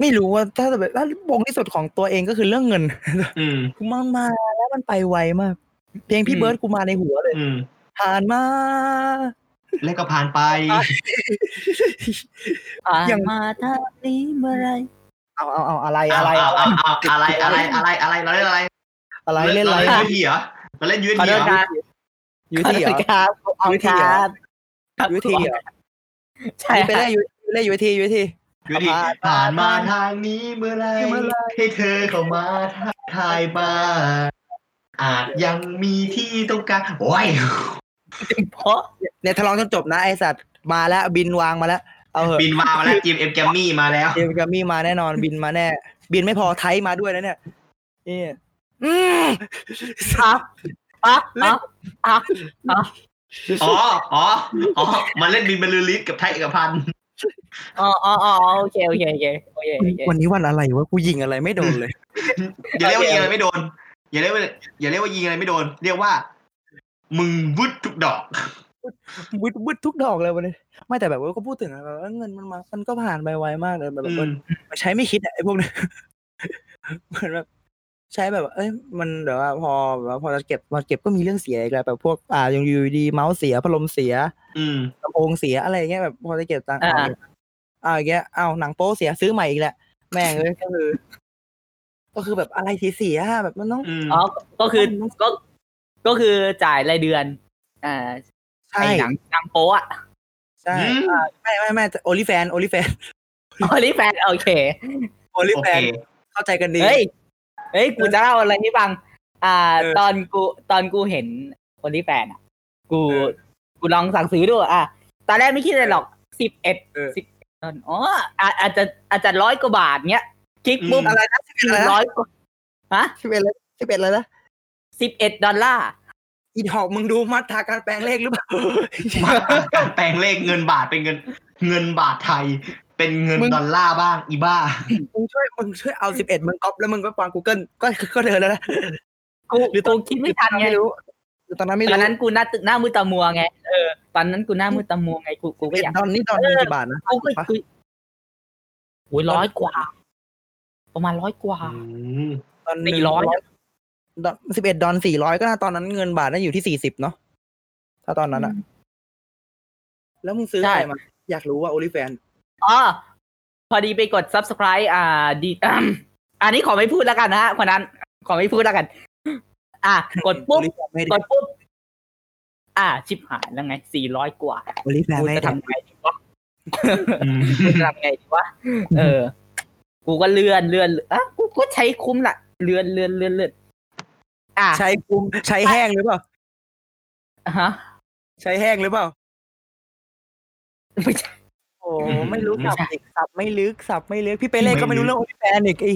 A: ไม่รู้ว่าถ้าแบบถ้าวงที่สุดของตัวเองก็คือเรื่องเงิน
B: อืม
A: กูมันมาแล้วมันไปไวมาก เพลง
B: อื
A: พี่
B: ม
A: เบิร์ดกูมาในหัวเลย
B: อืม
A: ผ่านมา
B: แล้วก็ผ่านไป
C: อ่า
A: อย่าง
C: มาทางนี้เมื่อไหร
A: เอาเอาเอาอะไร
B: อะ
A: อะไรไร
B: อะไรอะไรอะไรอะไรอะไรเราเล่นอะไร
A: อะไรเล่นอะไร
B: เราเล่นยูทีเหรอเราเล่นยู
C: ขอ
B: ที
C: โท
B: เหร
C: ษ
B: อ
C: ครับ
A: ยู
C: ขอ
A: ทีเหรอ
C: โทษครับขอโทษครับ
A: ยูทีเหรอ
C: ใช่
A: นี่ไป
C: ฮะ
A: ได้ยูเล่นยูทียูที
B: ยูทีผ่านมาทางนี้เมื่อไรให้เธอเข้ามาทักทายบ้างอาจยังมีที่ต้องการโอ้ย
C: เพราะ
A: เนี่ยทะลองจนจบนะไอสัตว์มาแล้วบินวางมาแล้ว เอาเหอะ
B: บินมาแล้วจีมเอ็มแกมมี่มาแล้ว
A: เดมกามี่มาแน่นอนบินมาแน่ บินไม่พอไทยมาด้วยนะเนี่ยนี่อืมครับ
C: อ่ะอ่ะอ่ะ
B: อ๋ออ๋ออ๋อมาเล่นบินบรรลือฤทธิ์กับไทยเอกพันธ์
C: อ๋ออ๋ออ๋อโอเคโอเคโอเคโอเคโอเค
A: วันนี้วันอะไรวะกูยิงอะไรไม่โดน เลย
B: อย่าเรียกว่ายิงอะไรไม่โดน อย่าเรียกว่าอย่าเรียกว่ายิงอะไรไม่โดน เรียกว่า มึงวุดทุกดอก
A: วิดวิดทุกดอกเลยวันนี้ไม่แต่แบบว่าก็พูดถึงอะแบบว่าเงินมันมามันก็ผ่านไปไวมากเลยแบบ
B: อื
A: มั
B: ม
A: นมันใช้ไม่คิดอะไอพวกเนี้ย เหมือนแบบใช้แบบว่าเอ้ยมันเดี๋ยวว่าพอแบบว่าพอจะเก็บมาเก็บก็มีเรื่องเสียอีกแล้วแบบพวกอ่ายังอยู่ดีๆเมาส์เสียพัดลมเสีย
B: อืม
A: ลำโพงเสียอะไรอย่างเงี้ยแบบพอจะเก็บตังค์เอาอีกเอาอย่างเงี้ยเอาหนังโป๊เสียซื้อใหม่อีกแหละแม่งเลยก็คือ ก็คือแบบอะไรที่เสียแบบมันต้อง
B: อืม
C: อ๋อก็คือก็ก็คือจ่ายรายเดือน อ่า
A: ใช่
C: ไอ้หนังหนังโป๊ อะ
A: ใช่
B: อืม
A: อ่าไม่ไม่ไม่โอลิแฟนโอลิแฟน
C: โอลิแฟนโอเค
A: โอลิ
B: โอ
A: แฟ
B: เค
A: นเข้าใจกันดี
C: เฮ้ย เฮ้ย กูจะเล่าอะไรให้ฟัง อ่า
A: เออ
C: ตอนกู ตอนกูเห็นคนที่แฟนอ่ะ กู
A: เออ
C: กูลองสั่งซื้อดูอ่ะ ตอนแรกไม่คิดอะไรหรอกสิบเอ็ด
A: เออ
C: สิบอ๋ออ่ะอาจจะอาจจะร้อยกว่าบาทเนี้ย คลิกปุ๊บ
B: อืม
A: อะไรนะสิบเอ็ดอะไร
C: ร้
A: นะ
C: อยกว่า
A: สิบเอ็ดแล้วสิบเอ็ดแล้วนะ
C: สิบเอ็ดดอลลาร์
A: อีดอกมึงดูมาตราการแปลงเลขหรือเปล่า
B: มาการแปลงเลขเงินบาทเป็นเงิน เงินบาทไทย เป็นเงิน
A: มึง
B: ดอลลาร์บ้างอีบ้า
A: มึงช่วยมึงช่วยเอาสิบเอ็ดมึงก๊อปแล้วมึงไปฟัง Google ก็ก็เดินแล้วนะ
C: กูกูคิดไม่ทันไง
A: ไม่รู้ตอนนั้นไม่
C: ตอ
A: รู้
C: นนั้นกูหน้าตึหน้ามือตามัวไง เออ ตอนนั้นกูหน้ามือตามัวไง กู กูก็อยาก
A: ตอนนี้ตอนนี้กี่บาทนะ
C: กูก็
A: ปะ
C: กูโอ้ยร้อยกว่า ประมาณร้อยกว่า
A: ตอนหนึ่ง
C: 400
A: สิบเอ็ดดอลสี่ร้อยก็น่าตอนนั้นเงินบาทน่าอยู่ที่สี่สิบเนาะถ้าตอนนั้นอะแล้วมึงซื้อ
C: ใช่
A: อะไรมา อยากรู้ว่าโอลิแฟน
C: อ๋อพอดีไปกด subscribe อ่าดี อันนี้ขอไม่พูดแล้วกันนะฮะคนนั้น ขอไม่พูดแล้วกัน อ่ะกด ปุ๊บ
A: ไม่
C: ก
A: ได้
C: ดปุ๊บ อ่า ชิบหายแล้วไงสี่ร้อยกว่า
A: โอลิแฟน
C: กู
A: ไม่
C: จะ
A: ได้
C: ทำไงดีวะกูจะทำไงดีวะเออ กูก็เลื่อนเลื่อนอ่ะกูก็ใช้คุ้มละเลื่อนเลื่อนเลื่อนเลื่อนอ่ะ
A: ใช้คุมใช้แห้งหรือเปล่า
C: ฮะ
A: ใช้แห้งหรือเปล่า
C: ไม่ใช่
A: โอ้ไม่รู้สับอีกสับไม่ลึกสับไม่ลึกพี่เปเล่ก็ไม่รู้เรื่องโอลิแฟนอีกไอ้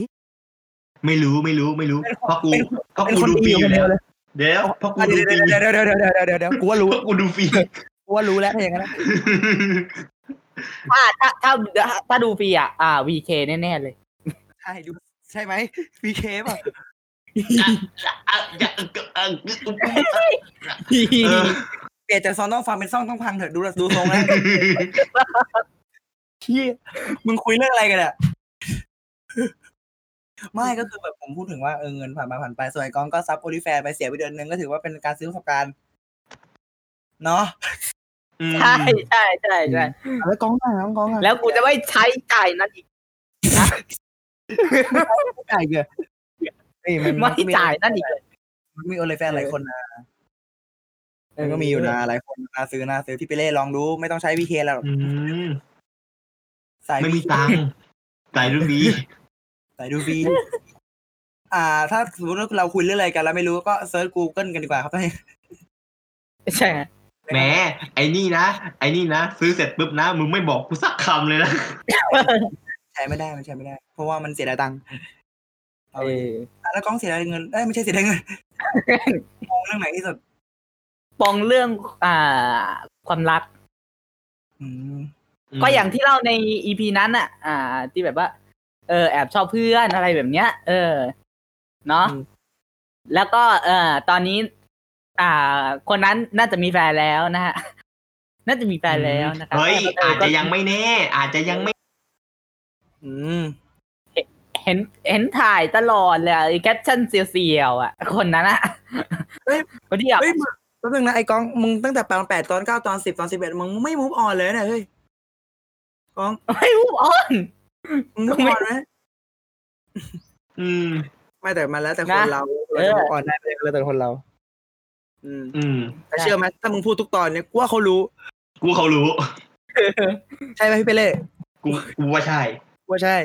B: ไม่รู้ไม่รู้ไม่รู้เพราะกู
A: เป็น
B: เพราะ
A: เป็น
B: กู
A: คน
B: ดูฟรี
A: ดีอยู่
B: อ
A: ค
B: ยู่แล้ว
A: นเดียวเลย
B: เดี๋ยวเพราะกูดู
A: เดี๋ยว
B: ฟรี
A: เดี๋ยวเดี๋ยวเดี๋ยวเดี๋ยวเดี๋ยวเดี๋ยวเดี๋ยวกูว่ารู้
B: เพราะกูดูฟรี
A: กูว่ารู้แล้วถ้าอย่างนั้นอะ
C: ถ้าถ้าถ้าถ้าดูฟรีอ่ะอ่า VK แน่ๆเลย
A: ใช่ดูใช่ไหมพีเคป่ะ
B: เออ
A: เปลี่ยนจากซองต้องฟังเป็นซ่องต้องพังเถอะดูดูทรงแล้ว เฮียมึงคุยเรื่องอะไรกันอะ ไม่ก็คือแบบผมพูดถึงว่าเออเงินผ่านมาผ่านไปส่วนไอ้กองก็ซับโอลิแฟนไปเสียไปเดือนหนึงก็ถือว่าเป็นการซื้อประสบการณ์เนาะ
B: อืม
C: ใช่ใช่ใช่ใช่
A: แล้วกองอ่ะกองอ่ะ
C: แล้วกูจะไม่ใช้จ่ายนั้นอีก
A: จ่ายเกอะนี่น
C: ไม่จ่ายนั่นอีก
A: มันมีโอลิแฟนหลายคนนะมันก็มีอยู่นะหลายคนน่าซื้อน่าซื้อพี่ไปเล่ลองดูไม่ต้องใช้พีเคแล้ว
B: อืม
A: สาย
B: ไม่มีตังค์จ่ายเรื่องนี้
A: ไหนดูบี อ่า ถ้าสมมติว่าเราคุยเรื่องอะไรกันแล้วไม่รู้ก็เซิร์ช Google กันดีกว่าครับ ท่าน
C: ใช่
B: แหมไอ้นี่นะไอ้นี่นะซื้อเสร็จปุ๊บนะมึงไม่บอกกูสักคำเลยนะ
A: ใช้ไม่ได้มันใช้ไม่ได้ เพราะว่ามันเสียดายตังค์เอาไปอ่ะแล้วกล้องเสียดายเงินเอ้ยไม่ใช่เสียดายเงิน มองเรื่องไหนที่สุด
C: ปองเรื่องอ่าความรัก
A: อืม
C: ก็อย่างที่เล่าในอีพีนั้นอ่ะ อ่า ที่แบบว่า เออ แอบชอบเพื่อนอะไรแบบเนี้ย เออ เนาะ แล้วก็ เออตอนนี้ อ่า คนนั้นน่าจะมีแฟนแล้วนะฮะ น่าจะมีแฟนแล้วนะครับ
B: เฮ้ยอาจจะยังไม่แน่ อาจจะยังไม่
A: อืม
C: เห็นเห็นถ่ายตลอดเลยอะไอ้แคปชั่นเสียวๆอ่ะ คนนั้นอ่ะ คนที่แบบ
A: เฮ้ยมึงแป๊บนึงนะไอ้กองมึงตั้งแต่ตอนแปดตอนเก้าตอนสิบตอนสิบเอ็ดมึงไม่มูฟออนเลยนะเฮ้ยกอง
C: ไม่รู้อ่อน
A: มึงมูฟออนไหม
B: อืม
A: ไม่แต่มันแล้วแต่ค
C: นะ
A: นเรา
C: เออ
A: มูฟออนได้เลยแล้วแต่คนเรา อืม
B: อืม
A: แต่เชื่อไหมถ้ามึงพูดทุกตอนเนี่ยกูว่าเขารู้
B: กูเขารู้
A: ใช่ไหมพี่เปเล่
B: กูกูว่าใช่
A: ว่าใช่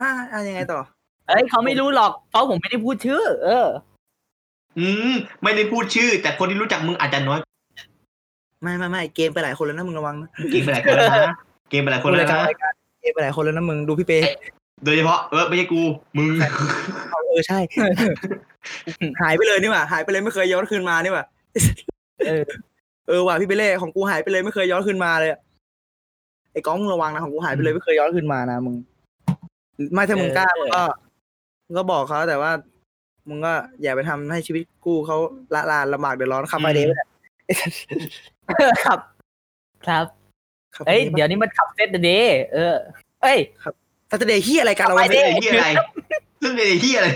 A: อ่าอ่ายังไงต่อ
C: เอ้ยเขาไม่รู้หรอกเพราะผมไม่ได้พูดชื่อ เออ
B: อืมไม่ได้พูดชื่อ แต่คนที่รู้จักมึงอาจจะน้อย
A: ไม่ไม่ไม่เกมไปหลายคนแล้วนะมึงระวังนะ
B: เกมไปหลายคนแล้วนะเกมไปหลายคนแล้วนะ
A: รายการเกมไปหลายคนแล้วนะมึงดูพี่เป
B: โดยเฉพาะเออไม่ใช่กูมึง
A: เออใช่ หายไปเลยนี่หว่าหายไปเลยไม่เคยย้อนคืนมานี่หว่า
C: เออ
A: เออว่ะพี่เปเล่ของกูหายไปเลยไม่เคยย้อนคืนมาเลยอะไอ้ก้องมึงระวังนะของกูหายไปเลยไม่เคยย้อนคืนมานะมึงไม่ถ้ามึงกล้ามึงก็มึงก็บอกเขาแต่ว่า มึงก็อย่าไปทำให้ชีวิตกูเขาละลานลำบากเดือดร้อนขับไปเดฟ
C: ครับ ครับ
A: ขับ
C: เอ้ยเดี๋ยวนี้มันขับเซตเดย์เออ เอ้ย
A: ซัตเดย์เฮียอะไรกันเราวัน
B: ไม่ได้เฮียอะไรซึ่งไม่ได้เฮียอะไร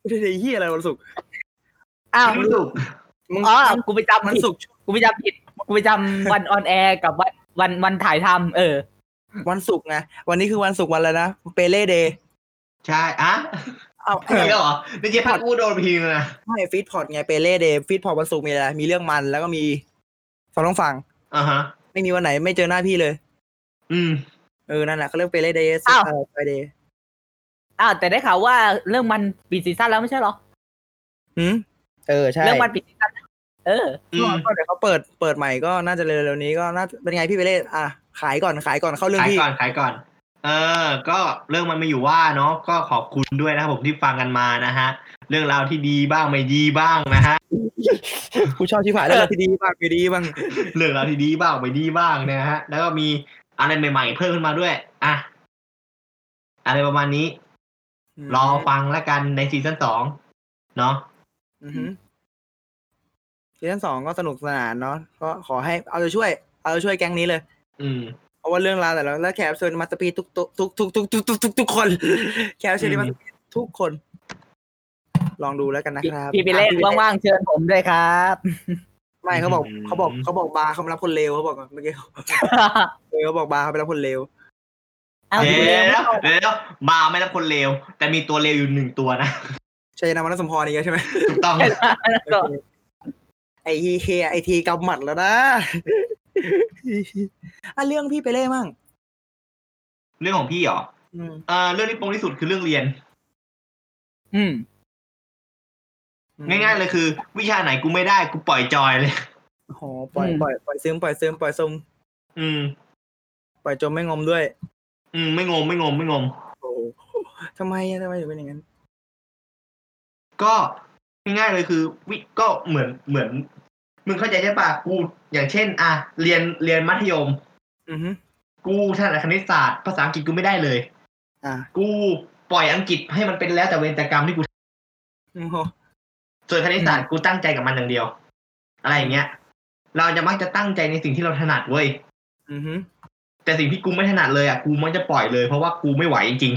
A: ซัตเดย์เฮียอะไรวันศุกร์
C: อ้าว
B: ไม่รู้สึก
A: มึง
C: อ๋อกูไปจำ
A: มัน
C: ผิด
A: ศุกร์
C: กูไปจำผิดกูไปจำวันออนแอร์กับวันวันวันถ่ายทำเออ
A: วันศุกร์ไงวันนี้คือวันศุกร์วันอะไรนะเปเล่เดย์
B: ใช่อะ
A: เอา
B: นี่เหรอนี่เจ๊พัดกูโดนพิงนะ
A: ไม่ฟีดพอร์ตไงเปเล่เดย์ฟีดพอร์ตวันศุกร์มีอะไรมีเรื่องมันแล้วก็มีฟังต้องฟัง
B: อ่าฮะ
A: ไม่มีวันไหนไม่เจอหน้าพี่เลย
B: อืม
A: เออ นั่นแหละเขาเรียกเปเล่เดย์
C: อ้าว
A: เปเดย์
C: อ้าวแต่ได้ข่าวว่าเรื่องมันปิดซีซั่นแล้วไม่ใช่เหรอ
A: หืมเออ ใช่
C: เรื่องมันปิดซีซั่นแล้วเออ
B: อืม
A: ก็เดี๋ยวเขาเปิดเปิดใหม่ก็น่าจะเร็วๆนี้ก็น่าเป็นไงพี่เปเล่อ่ะขายก่อนขายก่อนเข้าเรื่อง
B: ขาย
A: พี่
B: ก่อนขายก่อน เออ ก็เรื่องมันไม่อยู่ว่าเนาะก็ขอบคุณด้วยนะครับผมที่ฟังกันมานะฮะ เรื่องราวที่ดีบ้างไม่ดีบ้างนะฮะ
A: กูชอบชิบหายเรื่องราวที่ดีบ้างไม่ดีบ้าง
B: เรื่องราวที่ดีบ้างไม่ดีบ้างเนยนะฮะ แล้วก็มีอะไรใหม่ ๆ เพิ่มขึ้นมาด้วย อ่ะ อะไรประมาณนี้ รอฟังแล้วกันในซีซั่นสองเนาะ
A: อือหือซีซั่นสองก็สนุกสนานเนาะก็ขอให้เอาใจช่วย เอาใจช่วยแก๊งนี้เลย
B: อืม
A: เพราะว่าเรื่องราวแต่ละแล้วแขกรับเชิญมาสปีทุกทุกทุกทุกทุกทุกทุกทุกทุกคน แขกรับเชิญมาสปีทุกคน ลองดูแล้วกันนะครับ
C: พี่ไปเล่นว่างๆเชิญผมด้วยครับ
A: ไม่เขาบอก
B: อืม
A: เขาบอกเขาบอกบาร์เขามารับคนเลวเขาบอกเมื่อกี้เออเขาบอกบาร์เขาไปรับคนเลว
C: เอา
B: เดี๋
C: พี่ไปเล่น
B: ยวเดี๋ยวมาไม่รับคนเลวแต่มีตัวเลวอยู่หนึ่งตัวนะ
A: ชัยนามวันสมพรอีกแล้วใช่ไหม
B: ถูกต้อง
C: ก็
A: ไอทีเคไอทีกำหมัดแล้วนะ อ่ะเรื่องพี่ไปเล่มั่ง
B: เรื่องของพี่เหรอ
A: อืม
B: เออเรื่องที่ปรงที่สุดคือเรื่องเรียน
C: อืม
B: ง่ายๆเลยคือ วิชาไหนกูไม่ได้กูปล่อยจอยเลย
A: โอ้โหปล่อย
C: อืม
A: ปล่อยปล่อยซึมปล่อยซึมปล่อยซึม
B: อืม
A: ปล่อยจมไม่งมด้วย
B: อืม ไม่งมไม่งมไม่งม
A: โอ้โหทำไมอะทำไมถึงเป็นอย่างนั้น
B: ก็ง่ายๆเลยคือ วิก็เหมือนเหมือน มึงเข้าใจใช่ปะกู อย่างเช่น อ่ะเรียนเรียนมัธยม
A: อือฮึ
B: กูถนัดคณิตศาสตร์ ภาษาอังกฤษกูไม่ได้เลย
A: อ่า
B: กูปล่อยอังกฤษให้มันเป็นแล้วแต่เวรแต่กรรมที่กู
A: โอ้โห
B: ส่วนคณิตศาสตร์กูตั้งใจกับมันอย่างเดียว อะไรอย่างเงี้ย เราจะมักจะตั้งใจในสิ่งที่เราถนัดเว้ย
A: อือฮึ
B: แต่สิ่งที่กูไม่ถนัดเลยอ่ะกูมักจะปล่อยเลยเพราะว่ากูไม่ไหวจริง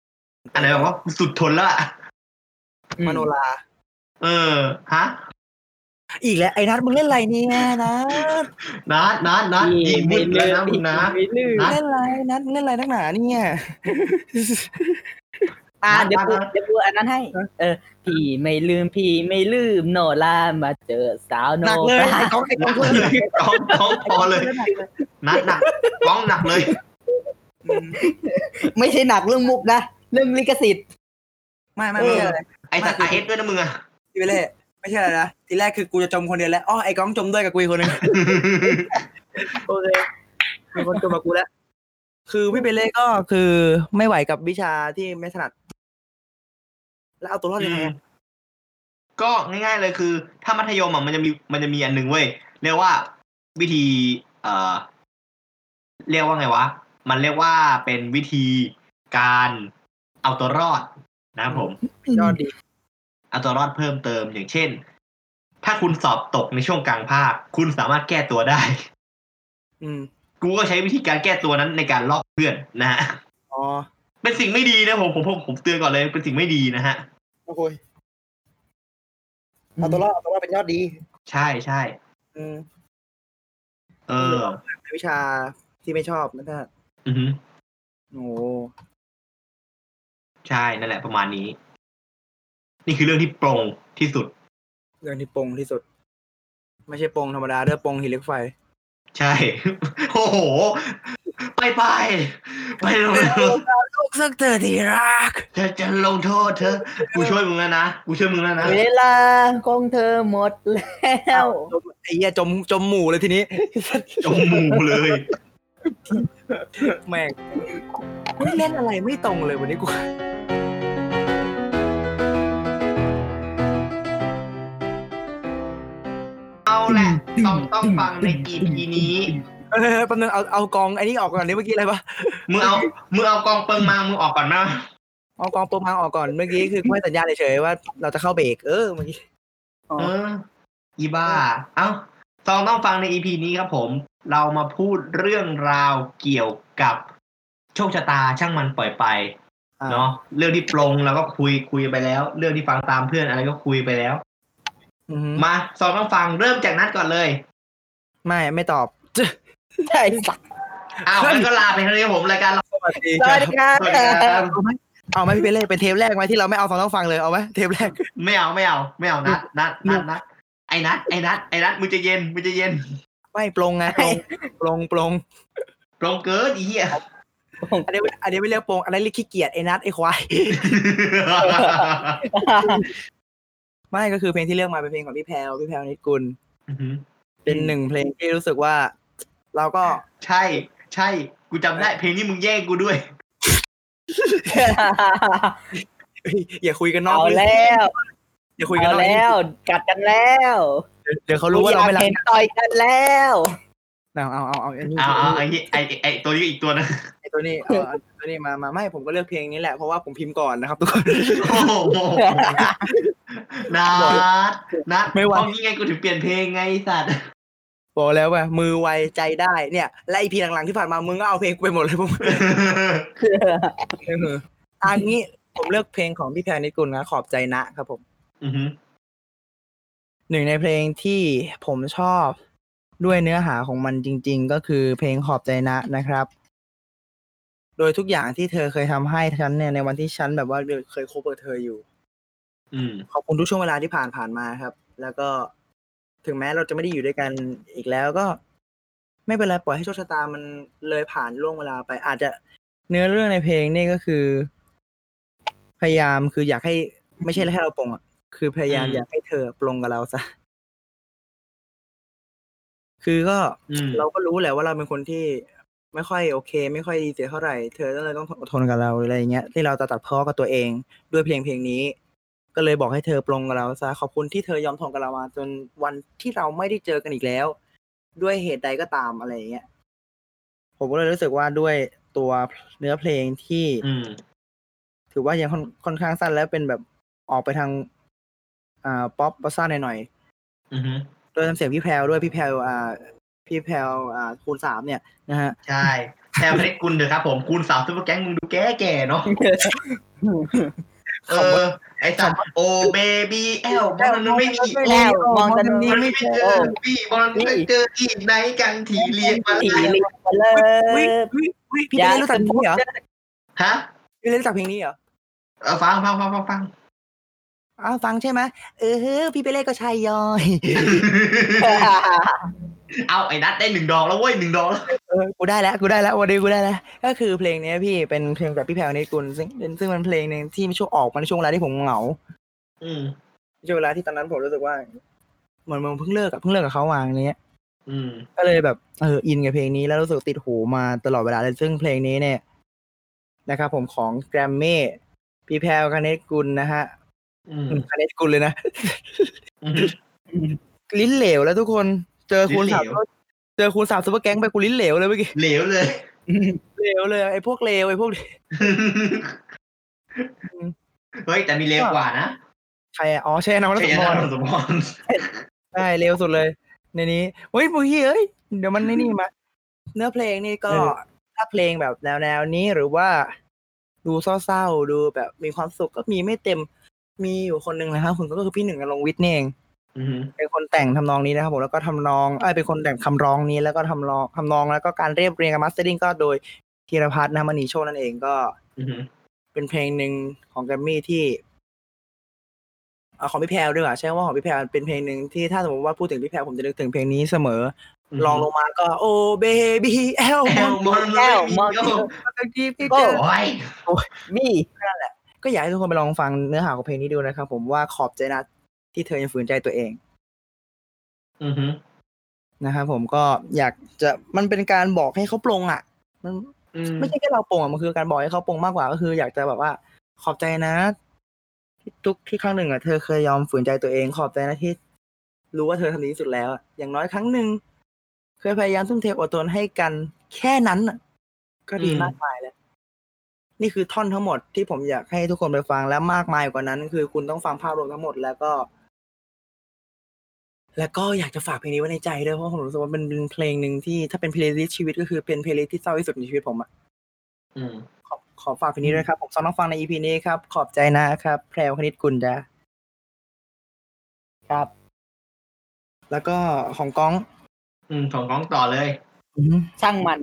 B: ๆอันไหนแบบว่ากูสุดทนแล้วอะ
A: มโนรา
B: เออฮะ
A: อีกแล้วไอ้นัทมึงเล่นอะไรเนี่ยนะ
B: นัดนัดนัดอีมืดแล้วนะมึงนะ
C: อีมืด
B: นะ
A: เล่นอะไรนัทมึงเล่นอะไรนักหนาเนี่ย
C: อ่ะเดี๋ยวกู
B: นะ
C: เดี๋ยวกูอันนั้นให้ เออ พี่ไม่ลืมพี่ไม่ลืมโนรามาเจอสาวโน
A: หนักเลย
C: รา
A: ไอ้ก้องไอ้
B: ห
A: ก้อ
B: นั
A: ง
B: กเลยก้องก้องพอเลยหนักหนักก้องหนักเลย
C: ไม่ใช่หนักเรื่องมุกนะ เรื่องลิขสิทธิ์
A: ไม่ไม่
B: เออ
A: ไม่ใช่อะไร
B: ไอสัตว์ไอเอสด้วยนะมึงอะ
A: พี่ไปเล่ไม่ใช่อะไรนะทีแรกคือกูจะจมคนเดียวแล้วอ๋อไอ้ก้องจมด้วยกับกูอีกคนนึง โอเคมีคนจมกับกูแล้วคือพี่ไปเล่ก็คือไม่ไหวกับวิชาที่ไม่ถนัด แล้วเอาตัวรอดยังไงอะ
B: ก็ง่ายๆเลยคือ ถ้ามัธยมอะมันจะมีมันจะมีอันหนึ่งเว้ยเรียกว่าวิธี เอ่อ เรียกว่าไงวะ มันเรียกว่าเป็นวิธีการเอาตัวรอดนะครับผม
A: ยอดดี
B: เอาตัวรอดเพิ่มเติมอย่างเช่น ถ้าคุณสอบตกในช่วงกลางภาค คุณสามารถแก้ตัวได้
A: อืม
B: กูก็ใช้วิธีการแก้ตัวนั้นในการลอกเพื่อนนะ ฮะ
A: อ๋อ
B: เป็นสิ่งไม่ดีนะผมผมผมผมเตือนก่อนเลยเป็นสิ่งไม่ดีนะฮะ
A: โอ้โหเอาตัวรอดเอาตัวรอดเป็นยอดดี
B: ใช่ใช่
A: อืม
B: เออ
A: วิชาที่ไม่ชอบนะท่าน
B: อือฮึ
A: โอ้โห
B: ใช่นั่นแหละประมาณนี้ นี่คือเรื่องที่โปร่งที่สุด
A: เรื่องที่ปงที่สุด ไม่ใช่ปงธรรมดาเด้อปงหินเหล็กไฟ
B: ใช่ โอ้โห ไปไปไปลง โทษ
A: ลูกสักเธอที่รัก
B: จะจะลงโทษเธอ กูช่วยมึงแล้วนะ กูช่วยมึงแล้วนะ
C: เวลาของเธอหมดแล้ว
A: จมไอ้เหี้ยจมจมหมู่เลยทีนี้
B: จมมูกเลย
A: แม่งไม่เล่นอะไรไม่ตรงเลยวันนี้กู
B: เอาแหละต้องต้องฟังใน EP นี้
A: เออแป๊บนึงเอาเอากองไอ้นี่ออกก่อนนี่เมื่อกี้อะไรวะ
B: มึงเอา มึงเอากองเปิงมา มึงออกก่อนนะ
A: เอากองโปรมังออกก่อนเมื่อกี้คือกูให้สัญญาณเฉยๆว่าเราจะเข้าเบรกเออเมื่อกี้
B: เออ อีบ้า เอ้าต้องต้องฟังใน EP นี้ครับผม เรามาพูดเรื่องราวเกี่ยวกับโชคชะตาช่างมันปล่อยไป
A: อ่
B: เนาะเรื่องที่ปรงเราก็คุยคุยไปแล้ว เรื่องที่ฟังตามเพื่อนอะไรก็คุยไปแล้ว
A: อือฮึ
B: มาสองต้องฟังเริ่มจากนัดก่อนเลย
A: ไม่ไม่ตอบ
C: ใช่สัก
B: อ้าวงั้นก็ลาไปเท่านี้ครับผมรายการเรา
A: สวัสดี
C: สวัสดีครั
B: สวัสดีครับ
C: บ
A: เอาไหมเอาไหมพี่เปเล่เป็นเทปแรกไหมที่เราไม่เอาสองต้องฟังเลยเอาไหมเทปแรก
B: ไม่เอาไม่เอาไม่เอานัดนัดนัดนัดไอ้นัดไอ้นัดไอ้นัดมึงจะเย็นมึงจะเย็น
A: ไม่ปรงไงปรงปรง
B: ป
A: ปรง
B: รงเกิดอีเหี้ย
A: อันนี้อันนี้ไม่เรียกปรงอันนี้เรียกขี้เกียจไอ้นัดไอ้ควายไม่ก็คือเพลงที่เลือกมาเป็นเพลงของพี่แพลวพี่แพลวนิดกุล เป็นหนึ่งเพลงที่รู้สึกว่า เราก็
B: ใช่ ใช่ กูจำได้เพลงนี้มึงแย่งกูด้วย
A: อย่าคุยกันนอก
C: เอา
A: เรื่ง
C: แล้ว
A: อย่าคุยกันน
C: เอา
A: อกเรื่อง
C: แล้วกัดกันแล้ว
A: เดี๋ยวเขารู้ว่าเราไม่รัก
C: อยเห็นต่อยกันแล้ว
A: เอาเอาเอาเอาไอ้นี่
B: เอาเอาไอ้นี่ไอ้ไอ้ไอ้ตัวนี้ก็อีกตัว นะ
A: ไอ้ตัวนี้เอาเอาตัวนี้มามาไม่ผมก็เลือกเพลงนี้แหละเพราะว่าผมพิมพ์ก่อนนะครับทุกคน
B: โอ้โหนัดนัด
A: ไม่ไหว
B: ตอนนี้ไงกูถึงเปลี่ยนเพลงไงไอ้สัตว์
A: บอกแล้วว่ามือไวใจได้เนี่ย และอีพีหลังๆที่ผ่านมามึงก็เอาเพลงกูไปหมดเลยผมเอออันนี้ผมเลือกเพลงของพี่แพรนิดกุลนะขอบใจนะครับผม
B: อือหือ
A: หนึ่งในเพลงที่ผมชอบด้วยเนื้อหาของมันจริง ๆ ก็คือเพลงขอบใจนะนะครับ โดยทุกอย่างที่เธอเคยทำให้ฉันเนี่ยในวันที่ฉันแบบว่าเคยคบกับเธออยู่
B: อืม
A: ขอบคุณทุกช่วงเวลาที่ผ่านผ่านมาครับ แล้วก็ถึงแม้เราจะไม่ได้อยู่ด้วยกันอีกแล้วก็ ไม่เป็นไรปล่อยให้โชคชะตามันเลยผ่านล่วงเวลาไป อาจจะเนื้อเรื่องในเพลงนี่ก็คือ พยายามคืออยากให้ไม่ใช่แค่เราปลงอ่ะคือพยายามอยากให้เธอปลงกับเราซะคือก็
B: อืม
A: เราก็รู้แหละว่าเราเป็นคนที่ไม่ค่อยโอเค ไม่ค่อยดีเสียเท่าไหร่เธอก็เลยต้องอดทนกับเราหรืออะไรอย่างเงี้ยที่เราจะตัดพ้อกับตัวเองด้วยเพลงเพลงนี้ ก็เลยบอกให้เธอปลงกับเราซะขอบคุณที่เธอยอมทนกับเรามาจนวันที่เราไม่ได้เจอกันอีกแล้ว ด้วยเหตุใดก็ตามอะไรอย่างเงี้ยผมก็เลยรู้สึกว่าด้วยตัวเนื้อเพลงที่
B: อืม
A: ถือว่ายังค่อนค่อนข้างสั้นแล้วเป็นแบบออกไปทาง อ่าป๊อปป๊อปซ่าหน่อยๆ
B: อือหือ
A: โดยทำเสียงพี่แพรวด้วยพี่แพรวอ่า พี่แพรวอ่าคูณสามเนี่ยนะฮะ
B: ใช่แซมเพชรกุลเถอะครับผมคูณสามซุปเปอร์แก๊งมึงดูแก่แก่ ๆเนาะ เออ ไอ้สัตว์โอเบบี้แอลมันไม่มีโอ
C: แล้วมองกันนี่
B: มันไม่เจอพี่บอลไม่เจออีกไหนกันที่เรียกมา
C: สี
B: แล้ว
C: ลิงมาเลย
A: วิวิวิพี่ไม่ได้รู้จักเพลงนี้เหรอ
B: ฮะ
A: พี่ได้รู้จักเพลงนี้เหรอ
B: เออฟังฟังฟังฟังฟัง
A: อ้าวฟังใช่ไหมเออเฮ้อพี่เปเล่ก็ใช่ย่ อย
B: เอาไอ้นัดได้หนึ่งดอกแล้วเว้ยหนึ่งดอกแล้ว
A: เออกูได้แล้วกูได้แล้ววันนี้กูได้แล้วก็คือเพลงเนี้ยพี่เป็นเพลงแบบพี่แพรวนิกุลซึ่งซึ่งมันเพลงหนึ่งที่ช่วงออกมาในช่วงเวลาที่ผมเหงา
B: อืม
A: ช่วงเวลาที่ตอนนั้นผมรู้สึกว่าเหมือนมึงเพิ่งเลิกกับเพิ่งเลิกกับเขาวางเนี้ย
B: อืม
A: ก็เลยแบบเอออินกับเพลงนี้แล้วรู้สึกติดหูมาตลอดเวลาเลยซึ่งเพลงนี้เนี่ยนะครับผมของแกรมมี่พี่แพรวคเนตกุลนะฮะ
B: อืม
A: คเนตกุลเลยนะ
B: อืม
A: ลิ้นเหลวแล้วทุกคนเจอคูณสาม
B: ลิ้นเหลว
A: เจอคูณสามซุปเปอร์แก๊งไปกูลิ้นเหลวเลยเมื่อกี้
B: เหลวเลย
A: เหลวเลยไอ้พวกเหลวไอ้พวก
B: เฮ้ยแต่มีเลวกว่านะ
A: ใครอะอ๋อใช่น้องรัต
B: ไอ้
A: ม
B: นั
A: ร
B: ดสมพร
A: ใช่เหลวสุดเลย ในนี้เฮ้ยพวกเฮ้ยเอ้ยเดี๋ยวมันในนี่มา เนื้อเพลงนี่ก็
D: เออ
A: ถ้าเพลงแบบแนวแนวๆนี้หรือว่าดูเศร้าๆดูแบบมีความสุขก็มีไม่เต็มมีอยู่คนหนึ่งนะครับคุณก็คือพี่หนึ่งนรงค์วิทย์นี่เอง
B: อือหือ
A: เป็นคนแต่งทำนองนี้นะครับผมแล้วก็ทำนองเอ้ยเป็นคนแต่งคำร้องนี้แล้วก็ทำร้องทำนองแล้วก็การเรียบเรียงกับมาสเตอร์ดิงก็โดยธีรพัฒน์นะมณีโชตินั่นเองก็
B: อือหือ
A: เป็นเพลงหนึ่งของแกรมมี่ที่เอาของพี่แพรวด้วยอ่ะใช่ว่าของพี่แพรวเป็นเพลงหนึ่งที่ถ้าสมมติว่าพูดถึงพี่แพรวผมจะนึกถึงเพลงนี้เสมอ
B: หื
A: ลองลงมาก็โอ้เบบี้แอล
B: แอลมอนแอลมอน
A: กีพี่
B: โอ
A: เจอ้
B: ย
C: มี่
A: ก็อยากให้ทุกคนไปลองฟังเนื้อหาของเพลงนี้ดูนะครับผมว่าขอบใจนะที่เธอยังฝืนใจตัวเอง
B: อือหือ
A: นะครับผมก็อยากจะมันเป็นการบอกให้เขาปลงอ่ะ มัน
B: อืม
A: ไม่ใช่แค่เราปลงอ่ะมันคือการบอกให้เขาปลงมากกว่าก็คือ อยากจะแบบว่าขอบใจนะที่ทุกที่ครั้งหนึ่งอ่ะเธอเคยยอมฝืนใจตัวเอง ขอบใจนะที่รู้ว่าเธอทำดีที่สุดแล้วอะอย่างน้อยครั้งหนึ่งเคยพยายามทุ่มเทอดทนให้กันแค่นั้นน่ะก็ดีมากมายแล้ว นี่คือท่อนทั้งหมดที่ผมอยากให้ทุกคนไปฟังและมากมายกว่านั้น คือคุณต้องฟังภาพรวมทั้งหมดแล้วก็ แล้วก็อยากจะฝากเพลงนี้ไว้ในใจด้วยเพราะผมรู้สึกว่ามันเป็นเพลงหนึ่งที่ถ้าเป็นเพลย์ลิสชีวิตก็คือเป็นเพลย์ลิสที่เศร้าที่สุดในชีวิตผมอะ
B: อืม
A: ขอขอฝากเพลงนี้ด้วยครับ ผมซองน้องฟังในอีพีนี้ครับ ขอบใจนะครับ แพรวคณิตกุลจ้ะ
C: ครับ
A: แล้วก็ของก้อง
B: อืมของก้องต่อเลย
C: ช่างมัน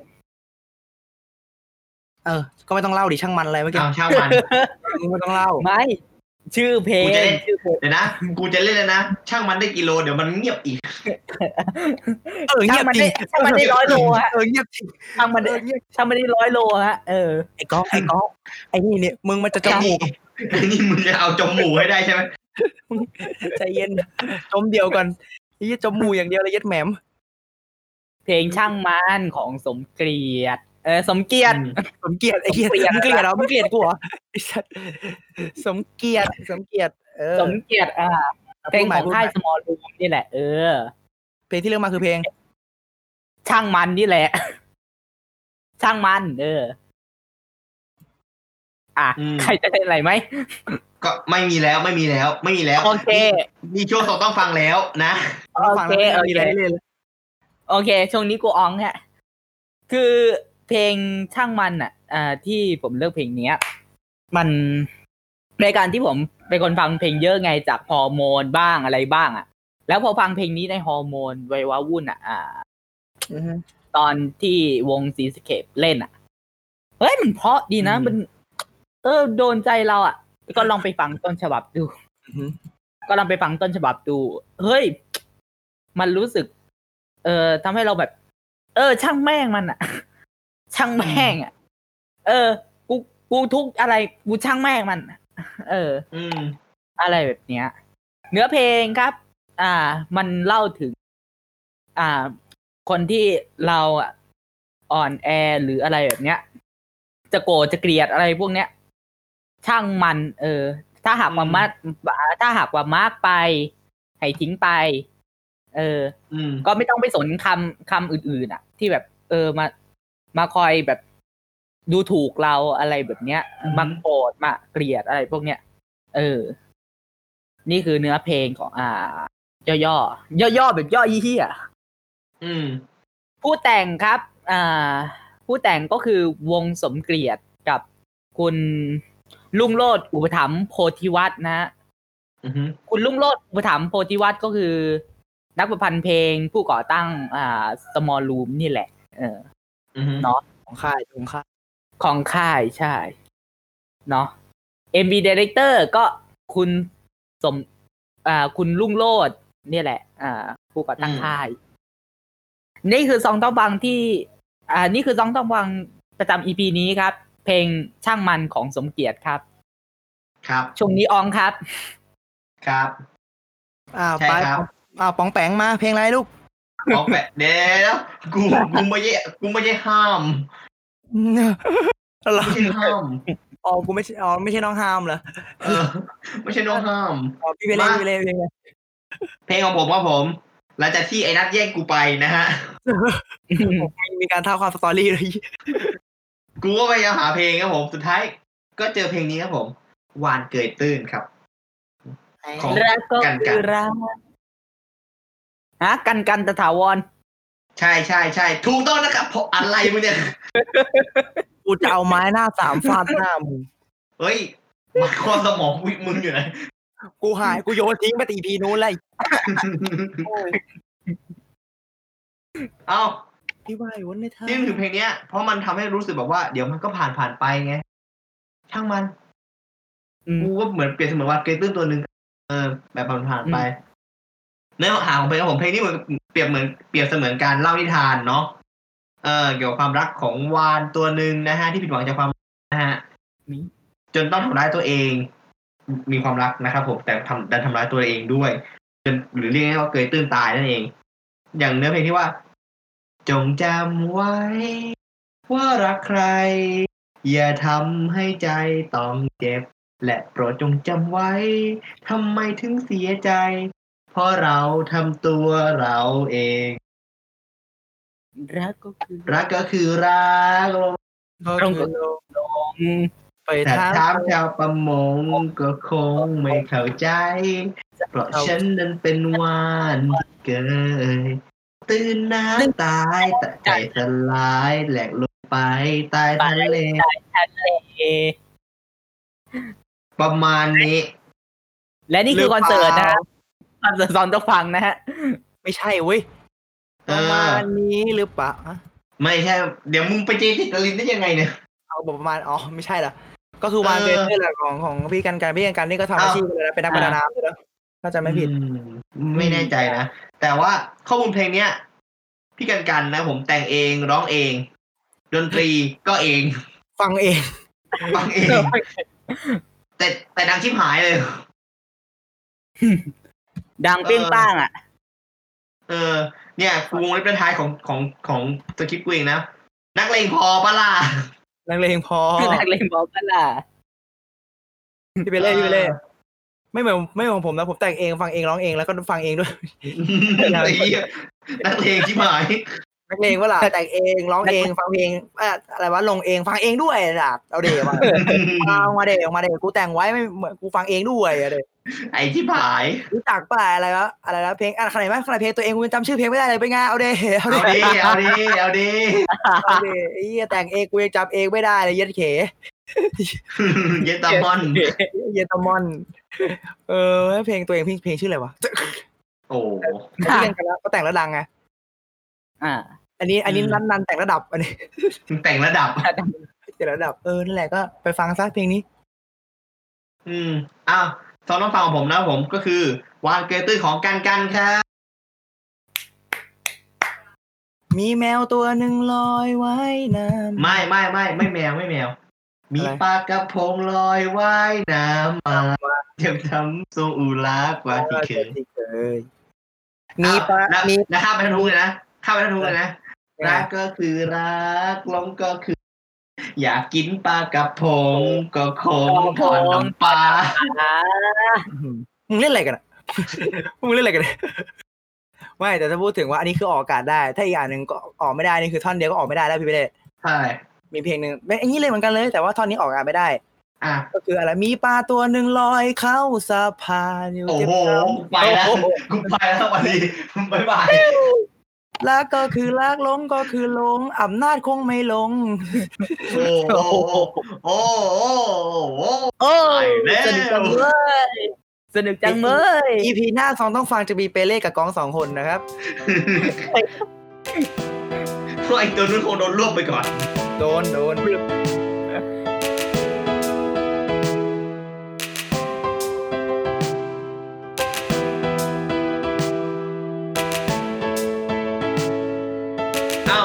A: เออ ก็ไม่ต้องเล่าดิช่างมันอะไรเมื่อกี้
B: เอาเช่ามัน
A: ไม่ต้องเล่า
C: ไม่ ชื่อเพลง
B: กูจะได้
C: ชื่อเพลง
B: เดี๋ยวนะกูจะเล่นแล้วนะ ช่างมันได้กิโลเดี๋ยวมันเงียบอีก
A: เออ
C: ช่า
A: เงี
C: ง
A: ยบจริง
C: มันได้ช่างมันได้ร้อยโลฮะ
A: เออเงียบจริง
C: ช่างมันได้
A: เออเงียบ
C: ช่างมันได้ร้อยโลฮะเออ
A: ไอ้ก้องไอ้ก้องไอ้นี่เนี่ยมึงมันจะจมูก
B: ไอ้นี่มึงจะเอาจมูกให้ได้ใช่ไหม
A: ใจเย็นจมเดียวกันไอ้เหี้ยจมูกอย่างเดียวเลยเย็ดแหมม
C: เพลงช่างมันของสมเกียรติเออสมเกียรติ
A: สมเกียรติไอ้เหี้ย
C: สมเกียรติ
A: มึงเกลียดเราไม่เกลียดกูเหรอไอ้สัสสมเกียรติสมเกียรติเออ
C: สมเกียรติอ่าเพลงของค่ายสมอลรูมนี่แหละเออ
A: เพลงที่เลือกมาคือเพลง
C: ช่างมันนี่แหละ ช่างมัน เออ อ่ะ
B: อืม
C: ใครจะได้อะไรไหม
B: ก็ไม่มีแล้วไม่มีแล้ว ไม่มีแล้ว
C: โอเค
B: มีช่วงสองต้องฟังแล้วนะ
C: โอ
A: ฟัง
C: เค
A: แล้ว
C: โอ
A: ไม่มี
C: เค
A: อะไรให้เล่นเลย
C: โอเค ช่วงนี้กูอองฮะคือเพลงช่างมันอ่ะอ่าที่ผมเลือกเพลงเนี้ย มันในการที่ผมเป็นคนฟังเพลงเยอะไงจากฮอร์โมนบ้างอะไรบ้างอ่ะ แล้วพอฟังเพลงนี้ในฮอร์โมนไวยวาวุ่นอ่ะอ่า
A: อือฮึ
C: ตอนที่วงซีสเคปเล่นอ่ะ เฮ้ย มันเพราะดีนะ
A: อืม
C: มัน เออ โดนใจเราอ่ะ ก็ลองไปฟังต้นฉบับดู
A: อือฮึ
C: ก็ลองไปฟังต้นฉบับดู เฮ้ย มันรู้สึก เออทำให้เราแบบ เออ ช่างแม่งมันอ่ะ ช่างแม่งอ่ะ เออ กู กูทุกข์อะไร กูช่างแม่งมันอะเออ
B: อืม
C: อะไรแบบเนี้ย เนื้อเพลงครับ อ่า มันเล่าถึง อ่า คนที่เราอ่ะอ่อนแอหรืออะไรแบบเนี้ย จะโกรธจะเกลียดอะไรพวกเนี้ย ช่างมัน เออ ถ้าหากว่า
B: อืม
C: มากถ้าหากว่ามากไป ให้ทิ้งไป เออ
B: อืม
C: ก็ไม่ต้องไปสนคำคำอื่นๆอ่ะ ที่แบบ เออมามาคอยแบบดูถูกเราอะไรแบบเนี้ย
B: อือฮึ
C: มาโกรธมาเกลียดอะไรพวกเนี้ยเออ นี่คือเนื้อเพลงของ อ่า ย่อย่อย่อย่อๆแบบย่อยี่เหี้ย
B: อืม
C: ผู้แต่งครับ อ่า ผู้แต่งก็คือวงสมเกลียดกับคุณลุงโลดอุปถัมภ์โพธิวัฒน์นะฮะ
B: อือหือ
C: คุณลุงโลดอุปถัมภ์โพธิวัตรก็คือ นักประพันธ์เพลงผู้ก่อตั้ง อ่าสมอลรูมนี่แหละ เออ
B: อือหือ
C: เนาะ
A: ของค่ายของค่าย
C: ของค่ายใช่ เนาะ MV Director ก็คุณสม อ่า คุณลุงโลดนี่แหละ อ่า ผู้ก่อตั้งค่าย นี่คือซองต้องบังที่ อ่า นี่คือซองต้องบังประจำ EP นี้ครับ เพลงช่างมันของสมเกียรติครับ
B: ครับ
C: ช่วงนี้อองครับ
B: ครับ
A: อ้าว
B: ใช่
A: ไป
B: ครับ
A: อ้าวป๋องแปงมาเพลงอะไรลูก
B: ออกแบบ เดี๋ยวกูกูไม่ใช่กูไม่ใช่ห้าม
A: อะไร
B: ไม่ใช่ ห้าม
A: อ๋อกูไม่ใช่อ๋อไม่ใช่น้องฮามเหรอ
B: เออ ไม่ใช่น้องห้าม
A: อ๋อพี่ไปเล่น
B: มา
A: พี่ไปเล่นเพลงอะไร
B: เพลงของผมว่าผมหลังจากที่ไอ้นัดแยกกูไปนะฮ ะ
A: มีการท้าความสตอรี่เลย
B: กูก็พยายามหาเพลงครับผมสุดท้าย ก็เจอเพลงนี้ครับผมหวานเกยตื้นครับ ของ
C: รักก็
B: กันกั
C: คื
B: น
C: อรักฮะกันกันตะถาวร
B: ใช่ใช่ใช่ถูกต้องนะครับผมอะไรมึงเนี่ย
A: กูจะเอาไม้หน้าสามฟาดหน้ามึง
B: เฮ้ยมันความสมองมึงอยู่ไหน
A: กูหายกูโยนทิ้งไปตีพีนู้นเลย
B: เอ้า
A: พี่ว่าอยู่ในท่า
B: ที่ถึงเพลงเนี้ย เพราะมันทำให้รู้สึกแบบว่า เดี๋ยวมันก็ผ่านผ่านไปไง ช่างมัน
C: อืม
B: กูก็เหมือนเปรียบเสมือนว่าเกรตื้นตัวหนึ่งเออ แบบผ่านผ่านๆไป เนื้อหาของเพลงของผมเพลงนี้เหมือนเปรียบเหมือนเปรียบเสมือนการเล่านิทานเนาะเออเกี่ยวกับความรักของวานตัวหนึ่งนะฮะ ที่ผิดหวังจากความรักนะฮะ
C: นี่
B: จนต้องทำร้ายตัวเอง มีความรักนะครับผมแต่ทำดันทำร้ายตัวเองด้วยจนหรือเรียกง่ายๆว่าเกยตื้นตายนั่นเอง อย่างเนื้อเพลงที่ว่า จงจำไว้ ว่ารักใคร อย่าทำให้ใจต้องเจ็บ และโปรดจงจำไว้ทำไมถึงเสียใจ เพราะเราทำตัวเราเอง
C: รักก็คือ
B: รักก็คือรัก
C: อืม
A: ไป
B: แต่
A: ทาง
B: ถามชาวประมงก็คงไม่เข้าใจ เพราะฉันนั้นเป็นวานเกยตื่นน้ำตายแต่ใจสลายแหลกลงไปใตายทะเล
C: เอ
B: ประมาณนี้
C: และนี่คือคอนเสิร์ตนะฮะคอนเสิร์ตซอนต้องฟังนะฮะ
A: ไม่ใช่เว้ย
B: เอ
A: ประ
B: อ
A: มาณนี้หรือเปล่าอะ
B: ไม่ใช่ เดี๋ยวมึงไปเจติดตลินได้ยังไงเนี่ย
A: เอาบอกประมาณอ๋อไม่ใช่เหรอก็คือวาน
B: เออ
A: เบเตอร์แหละของของพี่กันการพี่กันการนี่ก็ทำอา
B: อ้าว
A: ชีพเลยนะเป็นนักประดาน้ำเลยนะถ้าจะไม่ผิด
B: อืมไม่แน่ใจนะ แต่ว่าข้อมูลเพลงเนี้ย พี่กันกันนะ ผมแต่งเองร้องเอง ดนตรีก็เอง
A: ฟังเอง
B: ฟังเอง แต่แต่ดังชิบหายเลย
C: ดังเปรี้ยงป้างอ่ะ
B: เออ เนี่ยกูวงเล็บท้ายของของของสคริปต์กูเองนะ นักเลงพอปะล่ะ
A: นักเลงพอ
C: นักเลงบอกกันล่ะ
A: ที่ไปเล่นที่ไปเล่น
B: เออ
A: ไม่เหมือนไม่เหมือนผมนะผมแต่งเองฟังเองร้องเองแล้วก็ฟังเองด้วย
B: ไอ้เหี้ยนักเลงชิบหาย
A: นักเลงว่าล่ะแต่งเองร้องเองฟังเองเอ่ออะไรวะลงเองฟังเองด้วยล่ะเอาเดี๋ยวมาเอามาเดี๋ยวมาเดี๋ยวกูแต่งไว้ไม่เหมือนกูฟังเองด้วยอะเด
B: ไอ้ชิบหาย
A: รู้จักป่ะอะไรวะอะไรนะเพลงอ่ะขนาดไหมขนาดเพลงตัวเองกูยังจำชื่อเพลงไม่ได้เลยเป็นไงเอาเดเอา
B: เอาดิเอา
A: เด
B: ดิเอา ดิ
A: เอาเดไอ้เหี้ยแต่งเองกูยังจำเองไม่ได้เลยเย็ดเข
B: เยนตามอน
A: เย็ดตะมอน เออเพลงตัวเองเพลงเพลงชื่ออะไรวะ
B: โอ้
A: แต่ที่กันกันแล้วก็แต่งแล้วดังไง
C: อ่า
A: อันนี้อันนี้
B: อืม
A: นันนันแต่งระดับอันนี้
B: แต่งระดับ
A: แต่งระดับเออนั่นแหละก็ไปฟังซะเพลงนี้
B: อืมอ้าวซองน้องฟังของผมนะครับผมก็คือ วานเกยตื้นของกันกันครับ
A: มีแมวตัวหนึ่งลอยไว้น้ำ
B: ไม่ไม่ไม่ไม่แมวไม่แมว มี
A: อะไร
B: ปลากระพงลอยว่ายน้ำมาเจ็บทำทรงอุลากว่าที่เคย
A: เคยมีปลา
B: อ้ว
A: มี
B: นะข้ามไปทันทุกเลยนะข้ามไปทันทุกเลยนะรักก็คือรักลงก็คือ อยากกินปลากระพงก็คงทอดน้ำปลา
A: มึงเล่นอะไรกันอะ มึงเล่นอะไรกันเนี่ย ไม่แต่ถ้าพูดถึงว่าอันนี้คือออกอากาศได้ ถ้าอีกอย่างหนึ่งก็ออกไม่ได้นี่คือท่อนเดียวก็ออกไม่ได้แล้วพี่ไปเลย
B: ใช่
A: มีเพลงหนึ่งเป็นอย่างนี้เลยเหมือนกันเลย แต่ว่าท่อนนี้ออกอากาศไม่ได้
B: อ่ะ
A: ก็คืออะไรมีปลาตัวหนึ่งลอยเข้าสะพานอยู่
B: โอ้
A: เจ็บ
B: โห
A: ช้
B: กูไปแล้วกูไปแล้ววันนี้บ๊ายบาย
A: ำรักก็คือลากลงก็คือลงอำนาจคงไม่ลง
B: โอ้โหโอ้โหโอ้โห
C: โอ้
B: ไปแล้ว
C: สนุกจังเว้ยสนุกจังเว้ย
A: EP หน้าซองต้องฟังจะมีเปเล่กับกองสองคนนะครับ
B: เพราะไอ้ตัวนู้นคงโดนรวบไปก่อน
A: โดนโดน
B: เอ้า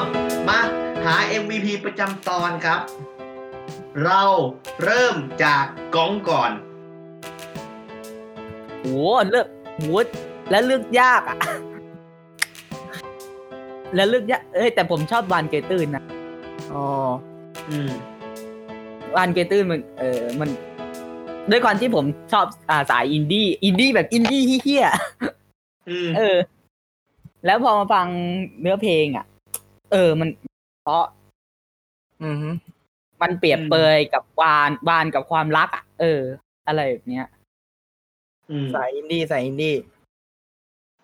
B: มาหา MVP ประจำตอนครับ เราเริ่มจากก้องก่อน
C: โอ้เลือกโหแล้วเลือกยากอ่ะ แล้วเลือกยาก เอ้ยแต่ผมชอบวานเกยตื้นนะ
A: อ๋อ
B: อืม
C: วานเกยตื้นมัน เออมัน ด้วยความที่ผมชอบอ่าสายอินดี้อินดี้แบบอินดี้เฮี้ยๆ
B: อืม
C: เออ แล้วพอมาฟังเนื้อเพลงอ่ะ เออ มันเพราะ
A: อือฮึ
C: มันเปรียบ
B: อืม
C: เปยกับวานวานกับความรักอ่ะ เออ อะไรแบบเนี้ย
B: อืม
A: สายอินดี้สายอินดี้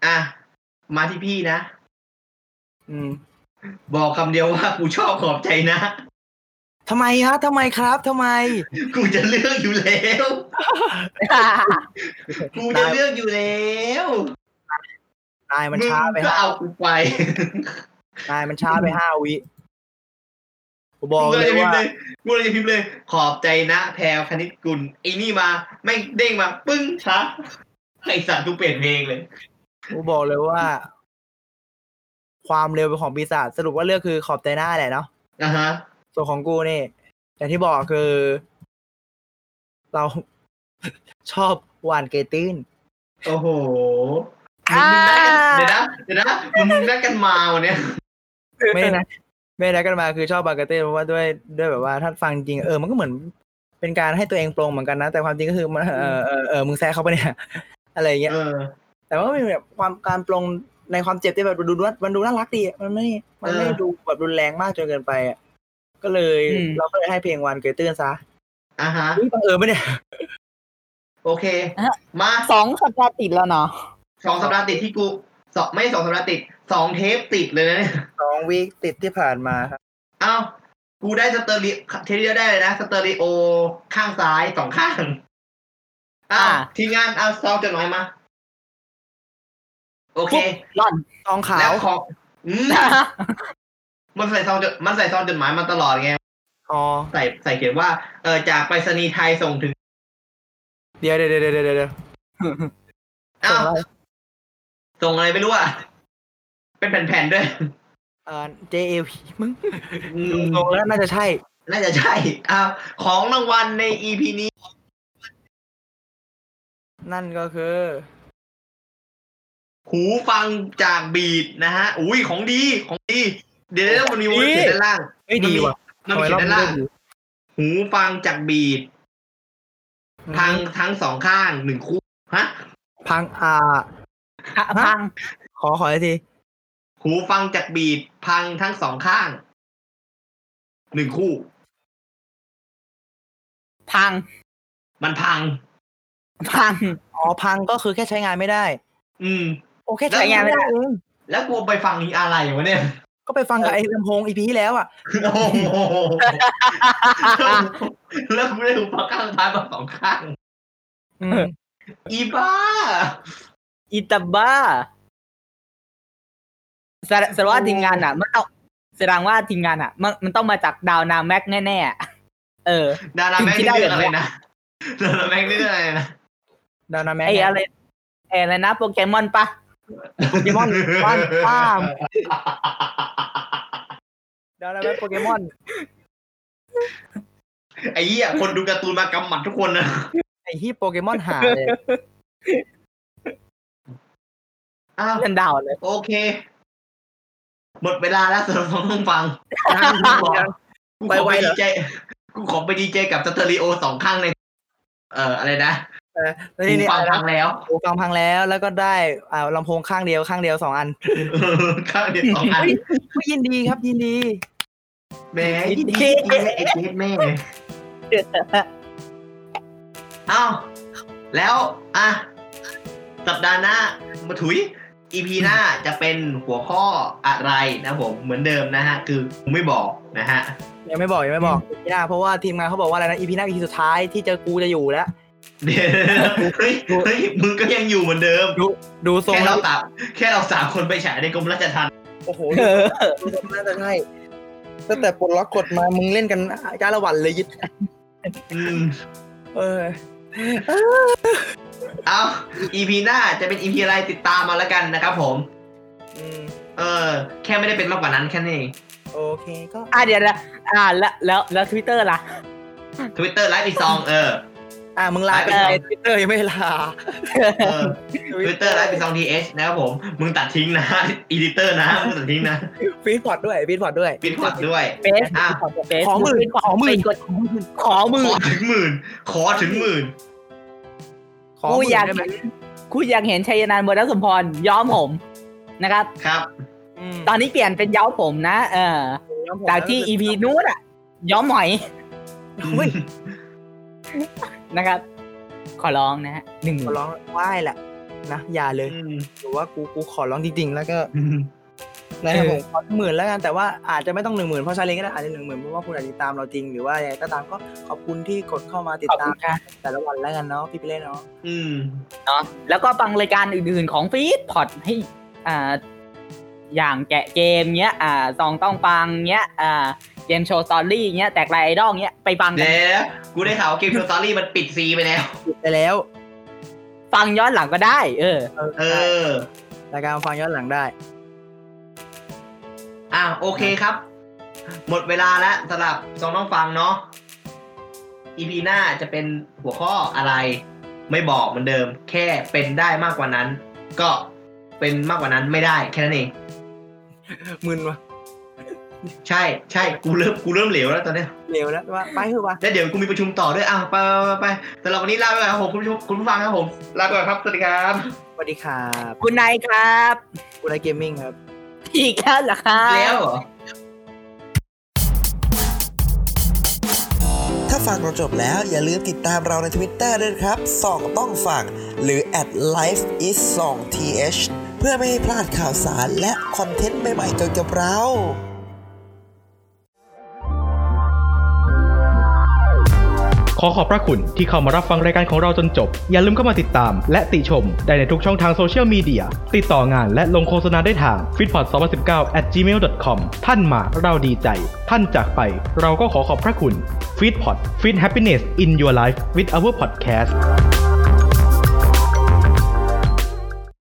B: อ่ะ มาที่พี่นะ
A: อื อืม
B: บอกคำเดียวว่ากูชอบขอบใจนะ
A: ทำไมฮะทำไมครับทำไม
B: กูจะเลือกอยู่แล้ว กูจะเลือกอยู่แล้ว
A: นายมัน
B: มึง
A: ช้าไป
B: ก็
A: ห้า
B: เอากูไป
A: นายมันช้าไปห้าวิผมบ
B: กู
A: อก
B: ก็
A: เล
B: เลย ยพิมพ์
A: ว่า
B: เลยกูเลยพิมพ์เลย ขอบใจนะ แพรคณิตกุลไอ้นี่มาไม่งเด้งมา ปึ้งช้าไอสัตว์กูเปลี่ยนเพลงเลย
A: ผมบอกเลยว่า ความเร็วเป็นของปีศาจสรุปว่าเลือกคือขอบใจหน้าแหละเนาะ
B: อ่ะฮะ
A: ส่วนของกูนี่อย่างที่บอกคือ เรา ชอบหวานเกยตื้น
B: โอ้โห
C: อ่า
B: เดี๋ยวนะเดี๋ยวนะมึงนัดกันมาวันเนี้ย
A: ไม่ได้นะไม่ได้กันมาคือชอบบากาเต้เพราะว่าด้วยด้วยแบบว่าถ้าฟังจริงเออมันก็เหมือน เป็นการให้ตัวเองโปรงเหมือนกันนะ แต่ความจริงก็คือมันเออเออเออมึงแซะเขาไปะเนี่ย อะไรอย่างเงี้ย
B: เออ
A: แต่ว่ามันมีแบบความการโปรงในความเจ็บที่แบบดูดูมันดูน่ารักดีอะมันไม่มันไม่
B: เออ
A: ดูแบบรุนแรงมากจนเกินไปอ่ะก็เลย
C: อืม
A: เราก็เลยให้เพลงวันเกยตื้นซะ
B: อ่ะฮะ
A: อุ๊ยบังเออไม่เนี่ย
B: โอเค
C: อ่ะ
B: มา
C: สองสัปดาห์ติดแล้วเนาะ
B: สองสัปดาห์ติดที่กูสองไม่สองสัปดาห์ติดสองเทปติดเลยนะเนี่ย
A: สองวีคติดที่ผ่านมาครับ
B: อ้าว กูได้สเตอริเทเดียได้เลยนะ สเตอริโอข้างซ้ายสองข้าง อ่า ทีมงานเอาซองจดหมายมา โอเค
C: หล่อน
A: ตองขา
B: แล้ว วของอื มมันใส่ซองจดมันใส่ซองจดหมายมาตลอดไง
A: อ๋อ
B: ใส่ใส่เขียนว่า เออจากไปรษณีย์ไทยส่งถึง
A: เดี๋ยวเดี๋ยวเดี๋ยวเดี๋ยวเดี๋ยว
B: อ้าว
A: ส่
B: ส่
A: งอะไร
B: งอะไรไม่รู้อ่ะ เป็นแผ่นๆด้วย
A: เอ่อ JLP มึง
B: อืม
A: ส่งแล้วน่าจะใช่
B: น่าจะใช่ อ้าว ของรางวัลใน EP นี้
A: นั่นก็คือ
B: หูฟังจากบีดนะฮะ อุ้ยของดี ของดี เดี๋ยวแล้วมันมีวันเขียนด้านล่าง
A: เอ้ยดีว่ะ
B: มันมีเขียนด้านล่าง หูฟังจากบีด
A: พั
B: ทั้
A: ง
B: งทั้งสองข้างหนึ่งคู่ ฮะ
A: พังอ่า
C: อ่ะพัง
A: ขอขออีกที
B: หูฟังจากบีดพังทั้งสองข้างหนึ่งคู่
C: พัง
B: มันพัง
C: พัง
A: อ๋อพังก็คือแค่ใช้งานไม่ได้
B: อืม
A: โอเคใช้งานไม่ได้เอง
B: แล้วกูไปฟังอะไรวะเนี่ย
A: ก็ไปฟังกับไอ้ลำโพงอีพีที่แล้วอ่ะ
B: โอ้โหแล้วกูได้หูฟังข้างซ้ายมาสองข้าง
A: อืม
B: อีบ้า
C: อิตาบ้าแสดแสดงว่าทีมงานอ่ะ มันต้องแสดงว่าทีมงานอ่ะ มันมันต้องมาจากดาวนาแม็กแน่ๆอะเออ
B: ดาราแม่ง
C: คิด
B: นี่
C: ได้
B: เรื่อง
C: เหรอ
B: อะไรนะดาราแม่งนี่เรื่องอะไรนะ
A: ดานาแม็ก
C: ไออะไรไออะไรนะโปเกมอนปะ
A: โปเกมอนบ้านป้ามดานาแม็กโปเกมอน
B: ไอ้เหี้ยคนดูการ์ตูนมากำหมัดทุกคนนะ
A: ไอ้ที่โปเกมอนหา เลย
B: อ้าว
C: เล่นดาวเลย
B: โอเค หมดเวลาแล้วสำหรับฟังต้อง ฟังกูขอกูขอไปดีใจกูขอไปดีใจกับสเตอริโอสองข้างใน เอ่ออะไรนะ
A: แล้ว
B: กู
A: นี่นี่
B: ฟังพังแล้ว
A: หูฟังพังแล้วแล้วก็ได้อ่าลำโพงข้างเดียวข้างเดียวสองอัน
B: เออข้างเดียวสองอัน
A: ก็ยินดีครับยินดี
B: แหม่ยินดีที่ได้ไอ้เจ๊แม่เลย อ้าวแล้วอ่ะสัปดาห์หน้ามาถุย EP หน้าจะเป็นหัวข้ออะไรนะผมเหมือนเดิมนะฮะ คือไม่บอกนะ ฮะ
A: ยังไม่บอกยังไม่บอกอีพีหน้าเพราะว่าทีมงานเขาบอกว่าอะไรนะอีพีหน้าอีพีสุดท้ายที่จะกูจะอยู่แล้ว
B: เดี๋ยวเฮ้ยเฮ้ยมึงก็ยังอยู่เหมือนเดิม
A: ดูทรง
B: แค่
A: แล้
B: เรา
A: ว
B: สามแค่เราสามคนไปฉายในกรมราชทัณฑ์
A: โอ้โห
C: เออ
A: น่าจะใช่ตั้งแต่ปลดล็อกกฎมามึงเล่นกันจ้าละวันเลยยิบ
B: อืม
A: เออ
B: เอา EP หน้าจะเป็น EP อะไรติดตามมาแล้วกันนะครับผม
A: อืม
B: เออ แค่ไม่ได้เป็นมากกว่านั้นแค่นั้นเอง
A: โอเคก็
C: อ่ะเดี๋ยวละอ่ะแล้วแล้วแล้วทวิตเตอร์ล่ะ
B: ทวิตเตอร์ไลฟ์อีซองเออ
A: อ่ะมึงลาไป
B: ไปไป
A: เลยทวิตเตอร์ยังไม่ลา
B: เออ ทวิตเตอร์ไลฟ์เป็นซองทีเอชนะครับผม มึงตัดทิ้งนะ อีดิเตอร์นะ มึงตัดทิ้งนะ
A: ฟีดพอดด้วยฟีดพอดด้วย
B: ปิดพอดด้วย
C: เฟซ
B: อ่ะ
C: เฟซ
A: ขอหมื่นขอหมื่น
C: ไปกดขอ
B: ข
C: ห
B: อ
C: มื่
B: น ถึงหมื่น ขอถึงหมื่น
A: ขอห
C: กู
A: มื่น
C: อยาก
A: ได้ไหม
C: เห็นกูอยากเห็นชัยนันท์บนรัสมพรย้อมผมนะครับ
B: ครับ
A: อืม
C: ตอนนี้เปลี่ยนเป็นย้อมผมนะเออ จากที่ EP นู้นอะย้อมหมอย
A: เฮ้ย
C: นะครับ ขอร้องนะฮะหนึ่ง
A: ขอร้องไหว้แหละนะอย่าเลย
B: อืม
A: หรือว่ากูกูขอร้องจริงๆ แล้วก็ นะครับ
B: เออ
A: ผมขอหนึ่งหมื่นแล้วกันแต่ว่าอาจจะไม่ต้องหนึ่งหมื่นเพราะชาเลนก็ได้อาจจะหนึ่งหมื่นเพราะว่าคุณอาจติดตามเราจริงหรือว่ายังไงก็ตามก็ขอบคุณที่กดเข้ามาติด
C: ขอบ
A: ตา
C: คุ
A: ม
C: ณค่ะ
A: แต่ละวันแล้วกันเนาะพี่ไปเล่นเนาะ
B: อืม
C: เนาะแล้วก็ฟังรายการอื่นๆของฟีดพอดให้อ่าอย่างแกะเกมเงี้ย อ่าซองต้องฟังเงี้ย อ่าเกมโชว์สตอรี่เงี้ยแตกลายไอดอลเงี้ยไปฟังกัน
B: เดี๋ยวกูได้ข่าวว่าเกมโชว์สตอรี่มันปิดซีไปแล้ว
A: ปิดไปแล้ว
C: ฟังย้อนหลังก็ได้ เออ
B: เออ
A: รายการฟังย้อนหลังได้
B: อ่ะโอเคครับ หมดเวลาแล้วสำหรับสองน้องฟังเนาะ EP หน้าจะเป็นหัวข้ออะไร ไม่บอกเหมือนเดิม แค่เป็นได้มากกว่านั้น ก็เป็นมากกว่านั้นไม่ได้แค่นั้นเอง
A: มึนวะ
B: ใช่ใช่กูเริ่มกูเริ่มเหลวแล้วตอนเนี้ย
A: เร็วแล้วว่าไปเถอะวะ
B: แล้วเดี๋ยวกูมีประชุมต่อด้วยอ่ะไปไปไปสำหรับวันนี้ลาไปก่อนครับผมคุณผู้ชมคุณผู้ฟังครับผมลาไปก่อนครับสวัสดีครับ
A: สวัสดีครับ
C: คุณนายครับ
A: กูไดเกมมิ่งครับ
C: อีกแล้วเหรอครับ
B: แล้วเหรอ
D: ถ้าฟังเราจบแล้วอย่าลืมติดตามเราใน Twitter ด้วยนะครับส่องต้องฟังหรือ at life is 2 th เพื่อไม่ให้พลาดข่าวสารและคอนเทนต์ใหม่ๆเกี่ยวกับเรา
E: ขอขอบพระคุณที่เข้ามารับฟังรายการของเราจนจบ อย่าลืมเข้ามาติดตามและติชมได้ในทุกช่องทางโซเชียลมีเดีย ติดต่องานและลงโฆษณาได้ทาง f i t p o d 2019 at gmail.com ท่านมาเราดีใจ ท่านจากไป เราก็ขอขอบพระคุณ f i t p o d f i t Happiness in Your Life with our podcast